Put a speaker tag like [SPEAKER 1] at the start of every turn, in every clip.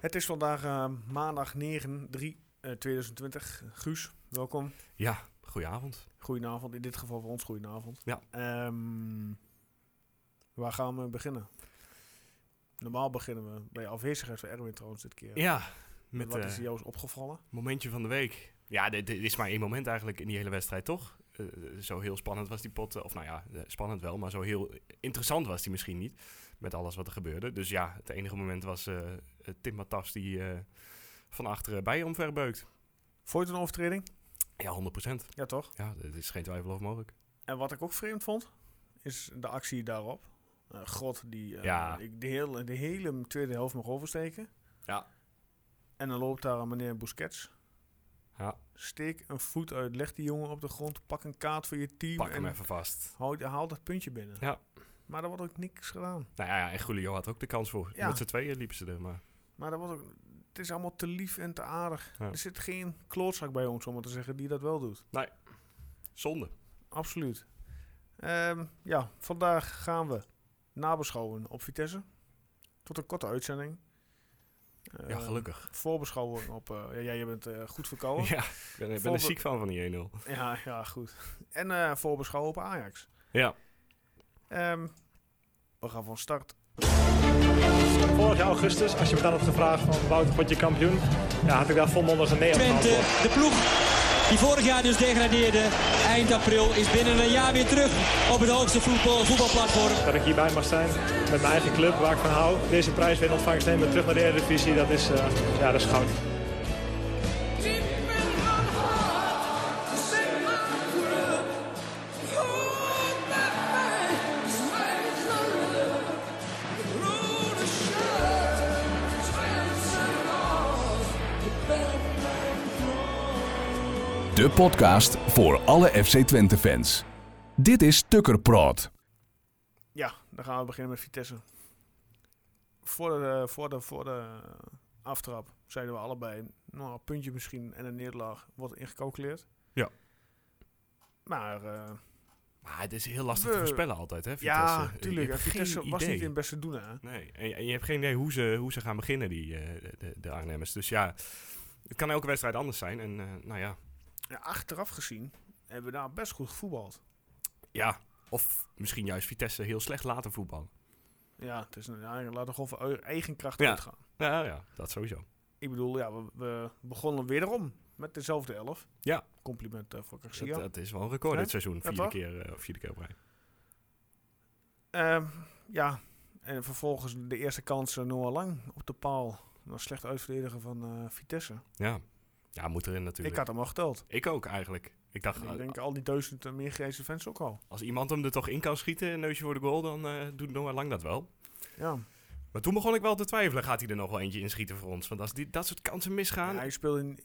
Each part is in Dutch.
[SPEAKER 1] Het is vandaag eh, maandag 9 3 eh, 2020. Guus, welkom.
[SPEAKER 2] Ja, goedenavond.
[SPEAKER 1] Goedenavond, in dit geval voor ons goedenavond.
[SPEAKER 2] Ja.
[SPEAKER 1] Ehm, waar gaan we beginnen? Normaal beginnen we bij afwezigheid van Erwin trouwens dit keer.
[SPEAKER 2] Ja, met
[SPEAKER 1] Wat
[SPEAKER 2] eh,
[SPEAKER 1] is jou eens opgevallen?
[SPEAKER 2] momentje van de week. Ja, dit, dit is maar één moment eigenlijk in die hele wedstrijd, toch? Eh, zo heel spannend was die pot. eh, Of nou ja, eh, spannend wel, maar zo heel interessant was die misschien niet. Met alles wat er gebeurde. Dus ja, het enige moment was eh, eh, Tim Matas die eh, van achteren bij je omverbeukt.
[SPEAKER 1] Vond je het een overtreding?
[SPEAKER 2] Ja, 100%.
[SPEAKER 1] Ja, toch?
[SPEAKER 2] Ja, dat is geen twijfel over mogelijk.
[SPEAKER 1] En wat ik ook vreemd vond, is de actie daarop. Eh, God die eh,
[SPEAKER 2] Ja.
[SPEAKER 1] ik de, hele, de hele tweede helft mag oversteken.
[SPEAKER 2] Ja.
[SPEAKER 1] En dan loopt daar een meneer Busquets.
[SPEAKER 2] Ja.
[SPEAKER 1] Steek een voet uit, leg die jongen op de grond, pak een kaart voor je team.
[SPEAKER 2] Pak hem
[SPEAKER 1] en
[SPEAKER 2] even vast.
[SPEAKER 1] Houd, haal dat puntje binnen.
[SPEAKER 2] Ja.
[SPEAKER 1] Maar er wordt ook niks gedaan.
[SPEAKER 2] Nou ja, en Julio had ook de kans voor.
[SPEAKER 1] Ja.
[SPEAKER 2] Met z'n tweeën liepen ze er, maar...
[SPEAKER 1] Maar er wordt ook, het is allemaal te lief en te aardig.
[SPEAKER 2] Ja.
[SPEAKER 1] Er zit geen klootzak bij ons, om maar te zeggen, die dat wel doet.
[SPEAKER 2] Zonde.
[SPEAKER 1] Absoluut. Ehm, ja, vandaag gaan we nabeschouwen op Vitesse. Tot een korte uitzending.
[SPEAKER 2] Ja,
[SPEAKER 1] Ehm,
[SPEAKER 2] gelukkig.
[SPEAKER 1] Voorbeschouwing op... eh, ja, jij bent eh, goed verkouden.
[SPEAKER 2] Ja, ik ben, ik ben
[SPEAKER 1] Volgende-
[SPEAKER 2] er ziek van, van die 1-0.
[SPEAKER 1] Ja, ja, goed. En eh voorbeschouwen op Ajax.
[SPEAKER 2] Ja.
[SPEAKER 1] Ehm, we gaan van start.
[SPEAKER 3] Vorig jaar augustus, als je me dan had gevraagd van Wouter, word je kampioen? Ja, had ik daar volmondig een nee op
[SPEAKER 4] Twente,
[SPEAKER 3] geantwoord.
[SPEAKER 4] de ploeg die vorig jaar dus degradeerde, eind april is binnen een jaar weer terug op het hoogste voetbal, voetbalplatform.
[SPEAKER 3] Dat ik hierbij mag zijn met mijn eigen club, waar ik van hou. Deze prijs weer in ontvangst nemen, terug naar de Eredivisie, dat is, eh, ja, dat is goud.
[SPEAKER 5] De podcast voor alle FC Twente fans. Dit is Tukker Praat.
[SPEAKER 1] Ja, dan gaan we beginnen met Vitesse. Voor de, voor de, voor de aftrap zeiden we allebei, nou, een puntje misschien en een nederlaag wordt ingecalculeerd.
[SPEAKER 2] Ja.
[SPEAKER 1] Maar eh,
[SPEAKER 2] Maar het is heel lastig
[SPEAKER 1] We-
[SPEAKER 2] te voorspellen altijd, hè? Vitesse.
[SPEAKER 1] ja,
[SPEAKER 2] Je
[SPEAKER 1] tuurlijk.
[SPEAKER 2] hebt
[SPEAKER 1] en Vitesse
[SPEAKER 2] geen
[SPEAKER 1] was
[SPEAKER 2] idee.
[SPEAKER 1] niet in het beste doen, hè?
[SPEAKER 2] Nee, en je, en je hebt geen idee hoe ze, hoe ze gaan beginnen, die, eh, de- de, de Arnhemmers. Dus ja, het kan elke wedstrijd anders zijn. En eh, nou ja,
[SPEAKER 1] Ja, achteraf gezien hebben we daar best goed gevoetbald.
[SPEAKER 2] ja, of misschien juist Vitesse heel slecht laten voetballen.
[SPEAKER 1] Ja, het is een, ja, laten we gewoon van eu- eigen kracht
[SPEAKER 2] Ja.
[SPEAKER 1] uitgaan.
[SPEAKER 2] Nou ja, dat sowieso.
[SPEAKER 1] Ik bedoel, ja, we, we begonnen wederom met dezelfde elf.
[SPEAKER 2] Ja.
[SPEAKER 1] Compliment eh, voor Garcia.
[SPEAKER 2] Dat, dat is wel een record
[SPEAKER 1] Hè?
[SPEAKER 2] dit seizoen. Vierde
[SPEAKER 1] toch?
[SPEAKER 2] keer, eh, of vierde keer op rij.
[SPEAKER 1] Ehm, ja, en vervolgens de eerste kans eh, Noah Lang op de paal. Een slecht uitverdedigen van eh, Vitesse.
[SPEAKER 2] Ja. ja, moet erin natuurlijk.
[SPEAKER 1] Ik had hem al geteld.
[SPEAKER 2] Ik ook eigenlijk. Ik dacht, eh,
[SPEAKER 1] ik denk al die duizend en meer grijze fans ook al.
[SPEAKER 2] als iemand hem er toch in kan schieten, een neusje voor de goal, dan eh, doet Noah Lang dat wel.
[SPEAKER 1] Ja.
[SPEAKER 2] Maar toen begon ik wel te twijfelen, gaat hij er nog wel eentje inschieten voor ons? Want als die, dat soort kansen misgaan,
[SPEAKER 1] Ja, hij speelde in-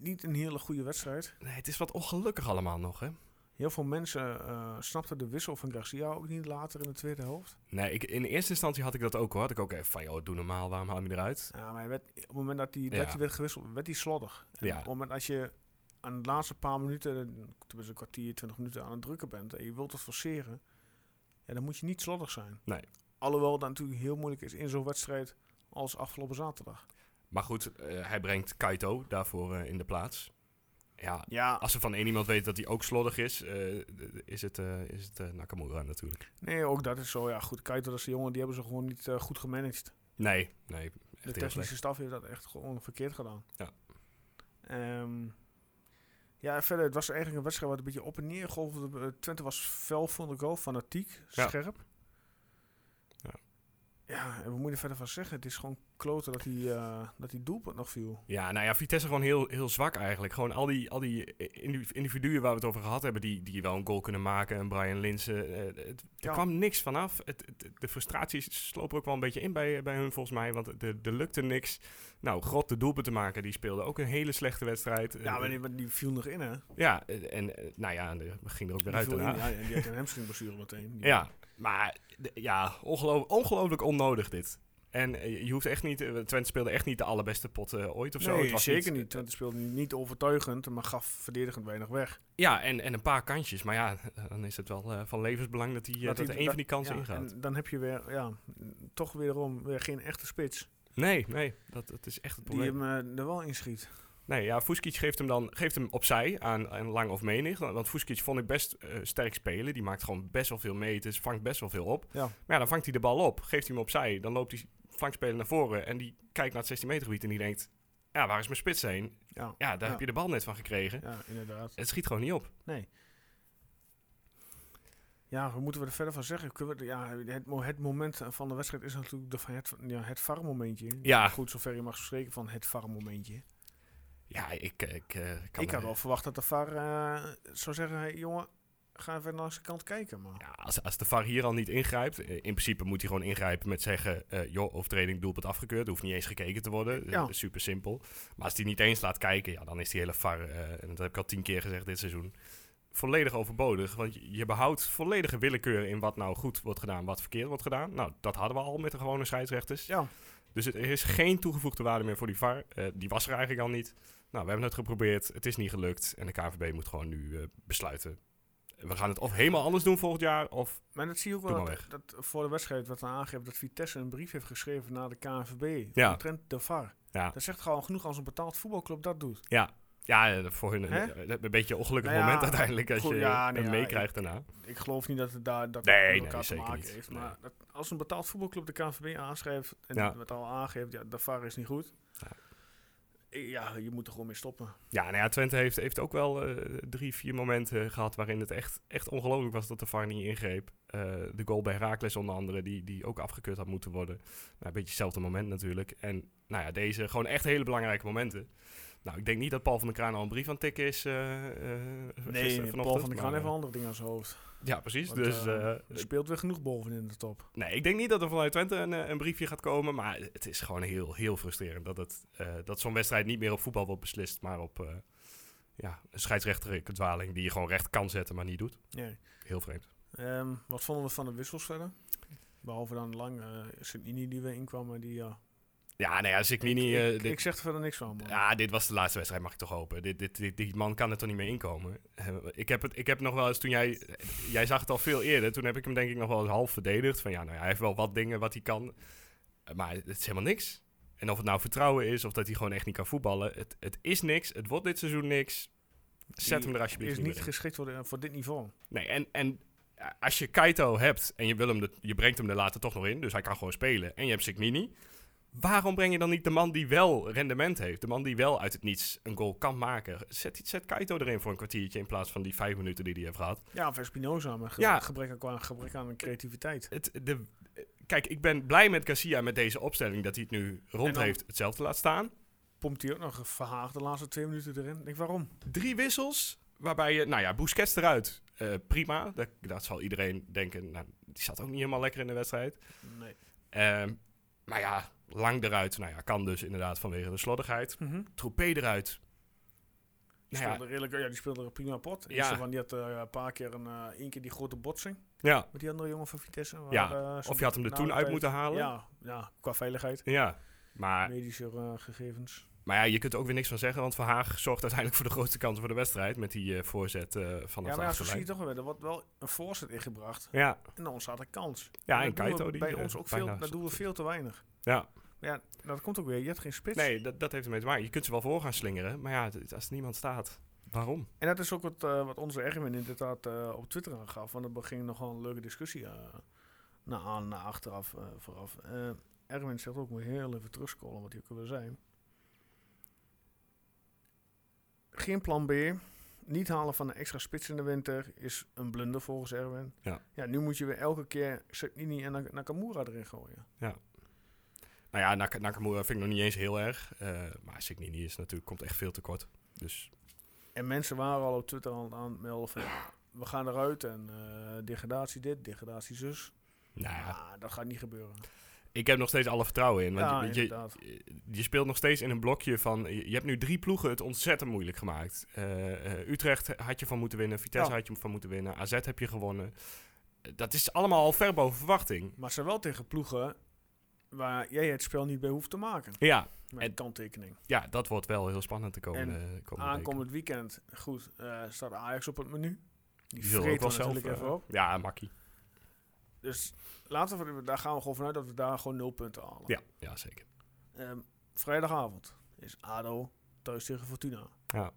[SPEAKER 1] niet een hele goede wedstrijd.
[SPEAKER 2] Nee, het is wat ongelukkig allemaal nog, hè?
[SPEAKER 1] Heel veel mensen eh, snapten de wissel van Garcia ook niet later in de tweede helft.
[SPEAKER 2] Nee, ik, in eerste instantie had ik dat ook hoor. Had ik ook even van, joh, doe normaal, waarom haal je hem eruit?
[SPEAKER 1] Ja, maar hij werd, op het moment dat hij, dat
[SPEAKER 2] Ja.
[SPEAKER 1] hij werd gewisseld, werd hij slordig. En
[SPEAKER 2] Ja.
[SPEAKER 1] Op het moment dat je aan de laatste paar minuten, eh, tenminste een kwartier, twintig minuten aan het drukken bent en je wilt het forceren, ja, dan moet je niet slordig zijn.
[SPEAKER 2] Nee.
[SPEAKER 1] Alhoewel dat natuurlijk heel moeilijk is in zo'n wedstrijd als afgelopen zaterdag.
[SPEAKER 2] Maar goed, eh, hij brengt Kaito daarvoor eh, in de plaats. Ja,
[SPEAKER 1] Ja,
[SPEAKER 2] als ze van één iemand weten dat hij ook slordig is, eh, d- is het, eh, is het eh, Nakamura natuurlijk.
[SPEAKER 1] nee, ook dat is zo. Ja, goed, Kaito, dat is de jongen, die hebben ze gewoon niet eh, goed gemanaged.
[SPEAKER 2] Nee,
[SPEAKER 1] De
[SPEAKER 2] nee, echt heel slecht.
[SPEAKER 1] technische staf heeft dat echt gewoon verkeerd gedaan.
[SPEAKER 2] Ja.
[SPEAKER 1] Ehm, ja, verder, het was eigenlijk een wedstrijd wat een beetje op en neer golfde. Eh, Twente was fel, vond ik wel, fanatiek,
[SPEAKER 2] Ja.
[SPEAKER 1] scherp.
[SPEAKER 2] Ja.
[SPEAKER 1] Ja, en we moeten verder van zeggen. Het is gewoon kloten dat die, eh, dat die doelpunt nog viel.
[SPEAKER 2] Ja, nou ja, Vitesse gewoon heel, heel zwak eigenlijk. Gewoon al die, al die indiv- individuen waar we het over gehad hebben, die, die wel een goal kunnen maken. En Brian Linsen, eh, het- er
[SPEAKER 1] Ja.
[SPEAKER 2] kwam niks vanaf. Het, het- de frustratie sloop er ook wel een beetje in bij, bij hun volgens mij, want er er lukte niks. Nou, Grot de doelpunt te maken, die speelde ook een hele slechte wedstrijd.
[SPEAKER 1] Ja,
[SPEAKER 2] Eh,
[SPEAKER 1] maar die, maar die viel nog in, hè?
[SPEAKER 2] Ja, eh, en eh, nou ja, en er ging er ook weer
[SPEAKER 1] Die
[SPEAKER 2] uit
[SPEAKER 1] viel in,
[SPEAKER 2] daarna.
[SPEAKER 1] ja, en die had een hamstringblessure meteen. Die-
[SPEAKER 2] Ja, maar d- ja, ongeloof, ongelooflijk onnodig dit. En eh, je hoeft echt niet, eh, Twente speelde echt niet de allerbeste pot eh, ooit of zo.
[SPEAKER 1] Nee,
[SPEAKER 2] Het was
[SPEAKER 1] zeker niet. Twente speelde niet overtuigend, maar gaf verdedigend weinig weg.
[SPEAKER 2] Ja, en, en een paar kansjes. Maar ja, dan is het wel eh, van levensbelang dat, die, eh, dat,
[SPEAKER 1] hij-
[SPEAKER 2] er één van die kansen
[SPEAKER 1] ja,
[SPEAKER 2] ingaat.
[SPEAKER 1] En dan heb je weer, ja, m, toch weerom weer geen echte spits.
[SPEAKER 2] Nee, nee, dat, dat is echt het
[SPEAKER 1] Die
[SPEAKER 2] probleem.
[SPEAKER 1] hem eh, er wel inschiet.
[SPEAKER 2] Nee, ja, Fuskic geeft hem dan geeft hem opzij aan, aan Lang of Menig. Want Fuskic vond ik best eh, sterk spelen. Die maakt gewoon best wel veel meters, vangt best wel veel op.
[SPEAKER 1] Ja.
[SPEAKER 2] Maar ja, dan vangt hij de bal op, geeft hij hem opzij. Dan loopt die flankspeler naar voren en die kijkt naar het 16 meter gebied en die denkt... Ja, waar is mijn spits heen?
[SPEAKER 1] Ja,
[SPEAKER 2] Ja, daar heb je de bal net van gekregen.
[SPEAKER 1] ja, inderdaad.
[SPEAKER 2] Het schiet gewoon niet op.
[SPEAKER 1] Nee. Ja, wat moeten we er verder van zeggen? Kunnen we, ja, het, mo- het moment van de wedstrijd is natuurlijk de, van het, ja, het VAR-momentje.
[SPEAKER 2] Ja.
[SPEAKER 1] Goed, zover je mag spreken van het VAR-momentje.
[SPEAKER 2] Ja, ik, eh, ik eh, kan...
[SPEAKER 1] Ik had
[SPEAKER 2] eh,
[SPEAKER 1] wel verwacht dat de VAR eh, zou zeggen... Hey, jongen, ga even naar zijn kant kijken. Maar
[SPEAKER 2] Ja, als, als de VAR hier al niet ingrijpt, eh, in principe moet hij gewoon ingrijpen met zeggen, eh joh, overtreding, doelpunt afgekeurd. Er hoeft niet eens gekeken te worden. Eh,
[SPEAKER 1] Ja.
[SPEAKER 2] super simpel. Maar als hij niet eens laat kijken, ja, dan is die hele VAR, eh, en dat heb ik al tien keer gezegd dit seizoen, volledig overbodig. Want je- je behoudt volledige willekeur in wat nou goed wordt gedaan, wat verkeerd wordt gedaan. Nou, dat hadden we al met de gewone scheidsrechters.
[SPEAKER 1] ja,
[SPEAKER 2] Dus het- er is geen toegevoegde waarde meer voor die VAR. Eh, die was er eigenlijk al niet. Nou, we hebben het geprobeerd. Het is niet gelukt. En de KNVB moet gewoon nu eh, besluiten. We gaan het of helemaal anders doen volgend jaar, of
[SPEAKER 1] maar dat zie je ook
[SPEAKER 2] Doe
[SPEAKER 1] wel.
[SPEAKER 2] maar
[SPEAKER 1] Dat, dat voor de wedstrijd werd dan aangegeven dat Vitesse een brief heeft geschreven naar de KNVB.
[SPEAKER 2] Ja.
[SPEAKER 1] Omtrent de VAR.
[SPEAKER 2] Ja.
[SPEAKER 1] Dat zegt gewoon genoeg als een betaald voetbalclub dat doet.
[SPEAKER 2] Ja, eh, voor hun een-
[SPEAKER 1] Hè?
[SPEAKER 2] een, een beetje een ongelukkig
[SPEAKER 1] Nou ja,
[SPEAKER 2] moment uiteindelijk als
[SPEAKER 1] goed,
[SPEAKER 2] je
[SPEAKER 1] ja,
[SPEAKER 2] hem
[SPEAKER 1] nee, ja,
[SPEAKER 2] meekrijgt daarna.
[SPEAKER 1] Ik geloof niet dat het daar dat
[SPEAKER 2] Nee,
[SPEAKER 1] het met
[SPEAKER 2] nee,
[SPEAKER 1] elkaar
[SPEAKER 2] zeker
[SPEAKER 1] te maken
[SPEAKER 2] niet.
[SPEAKER 1] heeft.
[SPEAKER 2] Nee.
[SPEAKER 1] Maar dat, als een betaald voetbalclub de KNVB aanschrijft en
[SPEAKER 2] Ja.
[SPEAKER 1] het al aangeeft, ja, de VAR is niet goed.
[SPEAKER 2] Ja.
[SPEAKER 1] Eh, Ja, je moet er gewoon mee stoppen.
[SPEAKER 2] Ja, nou ja, Twente heeft, heeft ook wel eh, drie, vier momenten eh, gehad waarin het echt, echt ongelooflijk was dat de VAR niet ingreep. Eh, de goal bij Herakles onder andere, die, die ook afgekeurd had moeten worden. Nou, een beetje hetzelfde moment natuurlijk. En nou ja, deze gewoon echt hele belangrijke momenten. Nou, ik denk niet dat Paul van der Kraan al een brief aan het tikken is. eh, eh, gisteren-
[SPEAKER 1] Nee, Paul
[SPEAKER 2] vanochtend,
[SPEAKER 1] van der
[SPEAKER 2] maar,
[SPEAKER 1] Kraan heeft
[SPEAKER 2] eh,
[SPEAKER 1] wel andere dingen aan zijn hoofd.
[SPEAKER 2] Ja, precies.
[SPEAKER 1] Want,
[SPEAKER 2] dus
[SPEAKER 1] eh,
[SPEAKER 2] eh,
[SPEAKER 1] Er speelt weer genoeg boven in de top.
[SPEAKER 2] Nee, ik denk niet dat er vanuit Twente een, eh, een briefje gaat komen. Maar het is gewoon heel, heel frustrerend dat, het, eh, dat zo'n wedstrijd niet meer op voetbal wordt beslist. Maar op eh, ja, een scheidsrechterlijke dwaling die je gewoon recht kan zetten, maar niet doet.
[SPEAKER 1] Nee.
[SPEAKER 2] Heel vreemd.
[SPEAKER 1] Ehm, wat vonden we van de wissels verder? Behalve dan lang eh Sint-Ini die weer inkwam. Maar die, ja,
[SPEAKER 2] Ja, nou ja, Ziklini...
[SPEAKER 1] ik,
[SPEAKER 2] eh,
[SPEAKER 1] ik,
[SPEAKER 2] dit-
[SPEAKER 1] ik zeg er verder niks van. man.
[SPEAKER 2] ja, Ah, dit was de laatste wedstrijd, mag ik toch hopen. Dit, dit, dit- die man kan er toch niet meer inkomen. Eh, Ik heb, het, ik heb nog wel eens, toen jij... eh, Jij zag het al veel eerder. Toen heb ik hem denk ik nog wel eens half verdedigd. Van ja, nou ja, hij heeft wel wat dingen wat hij kan. Eh, Maar het is helemaal niks. En of het nou vertrouwen is of dat hij gewoon echt niet kan voetballen. Het, het is niks. Het wordt dit seizoen niks. Zet
[SPEAKER 1] Die
[SPEAKER 2] hem er alsjeblieft
[SPEAKER 1] is
[SPEAKER 2] niet
[SPEAKER 1] niet
[SPEAKER 2] meer in.
[SPEAKER 1] geschikt voor, de- voor dit niveau.
[SPEAKER 2] Nee, en, en eh, als je Kaito hebt en je, wil hem de- je brengt hem er later toch nog in. Dus hij kan gewoon spelen. En je hebt Signini. Waarom breng je dan niet de man die wel rendement heeft? De man die wel uit het niets een goal kan maken. Zet, zet Kaito erin voor een kwartiertje in plaats van die vijf minuten die hij heeft gehad.
[SPEAKER 1] Ja, of Espinoza, maar ge-
[SPEAKER 2] Ja.
[SPEAKER 1] gebrek, aan, qua- gebrek aan creativiteit.
[SPEAKER 2] Het, de, eh, kijk, ik ben blij met Garcia met deze opstelling dat hij het nu rond
[SPEAKER 1] En dan-
[SPEAKER 2] heeft. Hetzelfde laat staan.
[SPEAKER 1] Pompt hij ook nog verhaagd de laatste twee minuten erin? Ik denk, waarom?
[SPEAKER 2] Drie wissels waarbij je, nou ja, Busquets eruit. Eh, prima, dat, dat zal iedereen denken. Nou, die zat ook niet helemaal lekker in de wedstrijd.
[SPEAKER 1] Nee.
[SPEAKER 2] Ehm, maar ja, lang eruit. Nou ja, kan dus inderdaad vanwege de slordigheid. Troepé eruit.
[SPEAKER 1] Die
[SPEAKER 2] Mhm. Nou ja,
[SPEAKER 1] speelde redelijk, ja, die speelde er prima pot.
[SPEAKER 2] Ja.
[SPEAKER 1] Ja. Die had eh, een paar keer een, eh, één keer die grote botsing
[SPEAKER 2] ja,
[SPEAKER 1] met die andere jongen van Vitesse. waar,
[SPEAKER 2] Ja,
[SPEAKER 1] eh, ze
[SPEAKER 2] of je had hem er toen uit
[SPEAKER 1] nauwelijks
[SPEAKER 2] moeten
[SPEAKER 1] bij-
[SPEAKER 2] halen. Ja.
[SPEAKER 1] Ja, ja, qua veiligheid,
[SPEAKER 2] Maar,
[SPEAKER 1] medische eh, gegevens.
[SPEAKER 2] maar ja, je kunt er ook weer niks van zeggen. Want Van Haag zorgt uiteindelijk voor de grootste kansen voor de wedstrijd. Met die eh, voorzet eh van
[SPEAKER 1] Ja,
[SPEAKER 2] het
[SPEAKER 1] maar ja, zo zie je
[SPEAKER 2] achterlijn.
[SPEAKER 1] toch wel weer. Er wordt wel een voorzet ingebracht
[SPEAKER 2] Ja,
[SPEAKER 1] en dan ontstaat een kans.
[SPEAKER 2] ja
[SPEAKER 1] dat doen we
[SPEAKER 2] en Kaito die...
[SPEAKER 1] Bij
[SPEAKER 2] eh,
[SPEAKER 1] ons ook
[SPEAKER 2] bijna
[SPEAKER 1] veel, dat
[SPEAKER 2] stopt
[SPEAKER 1] doen we
[SPEAKER 2] het.
[SPEAKER 1] veel te weinig.
[SPEAKER 2] Ja,
[SPEAKER 1] Maar ja, dat komt ook weer. Je hebt geen spits.
[SPEAKER 2] nee, dat, dat heeft ermee te maken. Je kunt ze wel voor gaan slingeren. Maar ja, d- als er niemand staat, waarom?
[SPEAKER 1] En dat is ook wat, eh, wat onze Erwin inderdaad eh, op Twitter aangaf. Want er ging nogal een leuke discussie eh, naar aan, naar achteraf, eh, vooraf. Eh, Erwin zegt ook, moet je heel even terugscrollen wat hier ook weer zijn. Geen plan B. Niet halen van een extra spits in de winter is een blunder volgens Erwin.
[SPEAKER 2] Ja.
[SPEAKER 1] ja nu moet je weer elke keer Saknini en Nak- Nakamura erin gooien.
[SPEAKER 2] Nou ja, Nak Nakamura vind ik nog niet eens heel erg. eh, maar Signini is natuurlijk, komt echt veel tekort. Dus
[SPEAKER 1] En mensen waren al op Twitter aan, aan het melden van... ja, We gaan eruit en eh, degradatie dit, degradatie zus.
[SPEAKER 2] nou ja,
[SPEAKER 1] Ah, dat gaat niet gebeuren.
[SPEAKER 2] Ik heb nog steeds alle vertrouwen in. Want
[SPEAKER 1] Ja,
[SPEAKER 2] je- je,
[SPEAKER 1] inderdaad.
[SPEAKER 2] je, speelt nog steeds in een blokje van. Je je hebt nu drie ploegen het ontzettend moeilijk gemaakt. Eh, eh, Utrecht had je van moeten winnen. Vitesse
[SPEAKER 1] Ja.
[SPEAKER 2] had je van moeten winnen. AZ heb je gewonnen. Eh, Dat is allemaal al ver boven verwachting.
[SPEAKER 1] Maar ze wel tegen ploegen waar jij het spel niet bij hoeft te maken.
[SPEAKER 2] Ja,
[SPEAKER 1] Met
[SPEAKER 2] En- Oh,
[SPEAKER 1] kanttekening.
[SPEAKER 2] ja dat wordt wel heel spannend de komende, komende weken.
[SPEAKER 1] Aankomend weekend, goed, eh, staat Ajax op het menu. Die
[SPEAKER 2] zullen
[SPEAKER 1] vreet er
[SPEAKER 2] zelf,
[SPEAKER 1] natuurlijk even
[SPEAKER 2] eh,
[SPEAKER 1] op.
[SPEAKER 2] Ja, makkie.
[SPEAKER 1] Dus laten we, daar gaan we gewoon vanuit dat we daar gewoon nul punten halen.
[SPEAKER 2] Ja, ja zeker.
[SPEAKER 1] Ehm, vrijdagavond is ADO thuis tegen Fortuna.
[SPEAKER 2] Ja.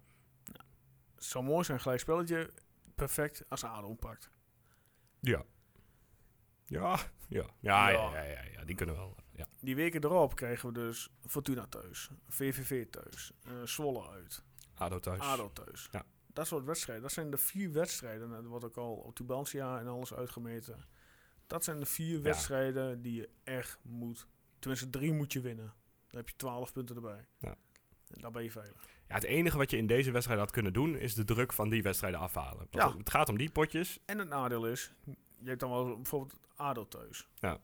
[SPEAKER 1] Nou, het zou mooi zijn, gelijk spelletje. Perfect als ADO hem pakt.
[SPEAKER 2] Ja. Ja. Ja. Ja, ja,
[SPEAKER 1] Ja.
[SPEAKER 2] ja, ja, die kunnen wel. Ja.
[SPEAKER 1] Die weken erop krijgen we dus Fortuna thuis, VVV thuis, eh, Zwolle uit,
[SPEAKER 2] ADO thuis.
[SPEAKER 1] ADO thuis.
[SPEAKER 2] Ja.
[SPEAKER 1] Dat soort wedstrijden. Dat zijn de vier wedstrijden. en Dat wordt ook al op Tubantia en alles uitgemeten. Dat zijn de vier wedstrijden die je echt moet... Tenminste, drie moet je winnen. Dan heb je twaalf punten erbij.
[SPEAKER 2] Ja.
[SPEAKER 1] En dan ben je veilig.
[SPEAKER 2] Ja, het enige wat je in deze wedstrijd had kunnen doen, is de druk van die wedstrijden afhalen. Want
[SPEAKER 1] Ja.
[SPEAKER 2] Het gaat om die potjes.
[SPEAKER 1] En het nadeel is, je hebt dan wel bijvoorbeeld ADO thuis.
[SPEAKER 2] Ja.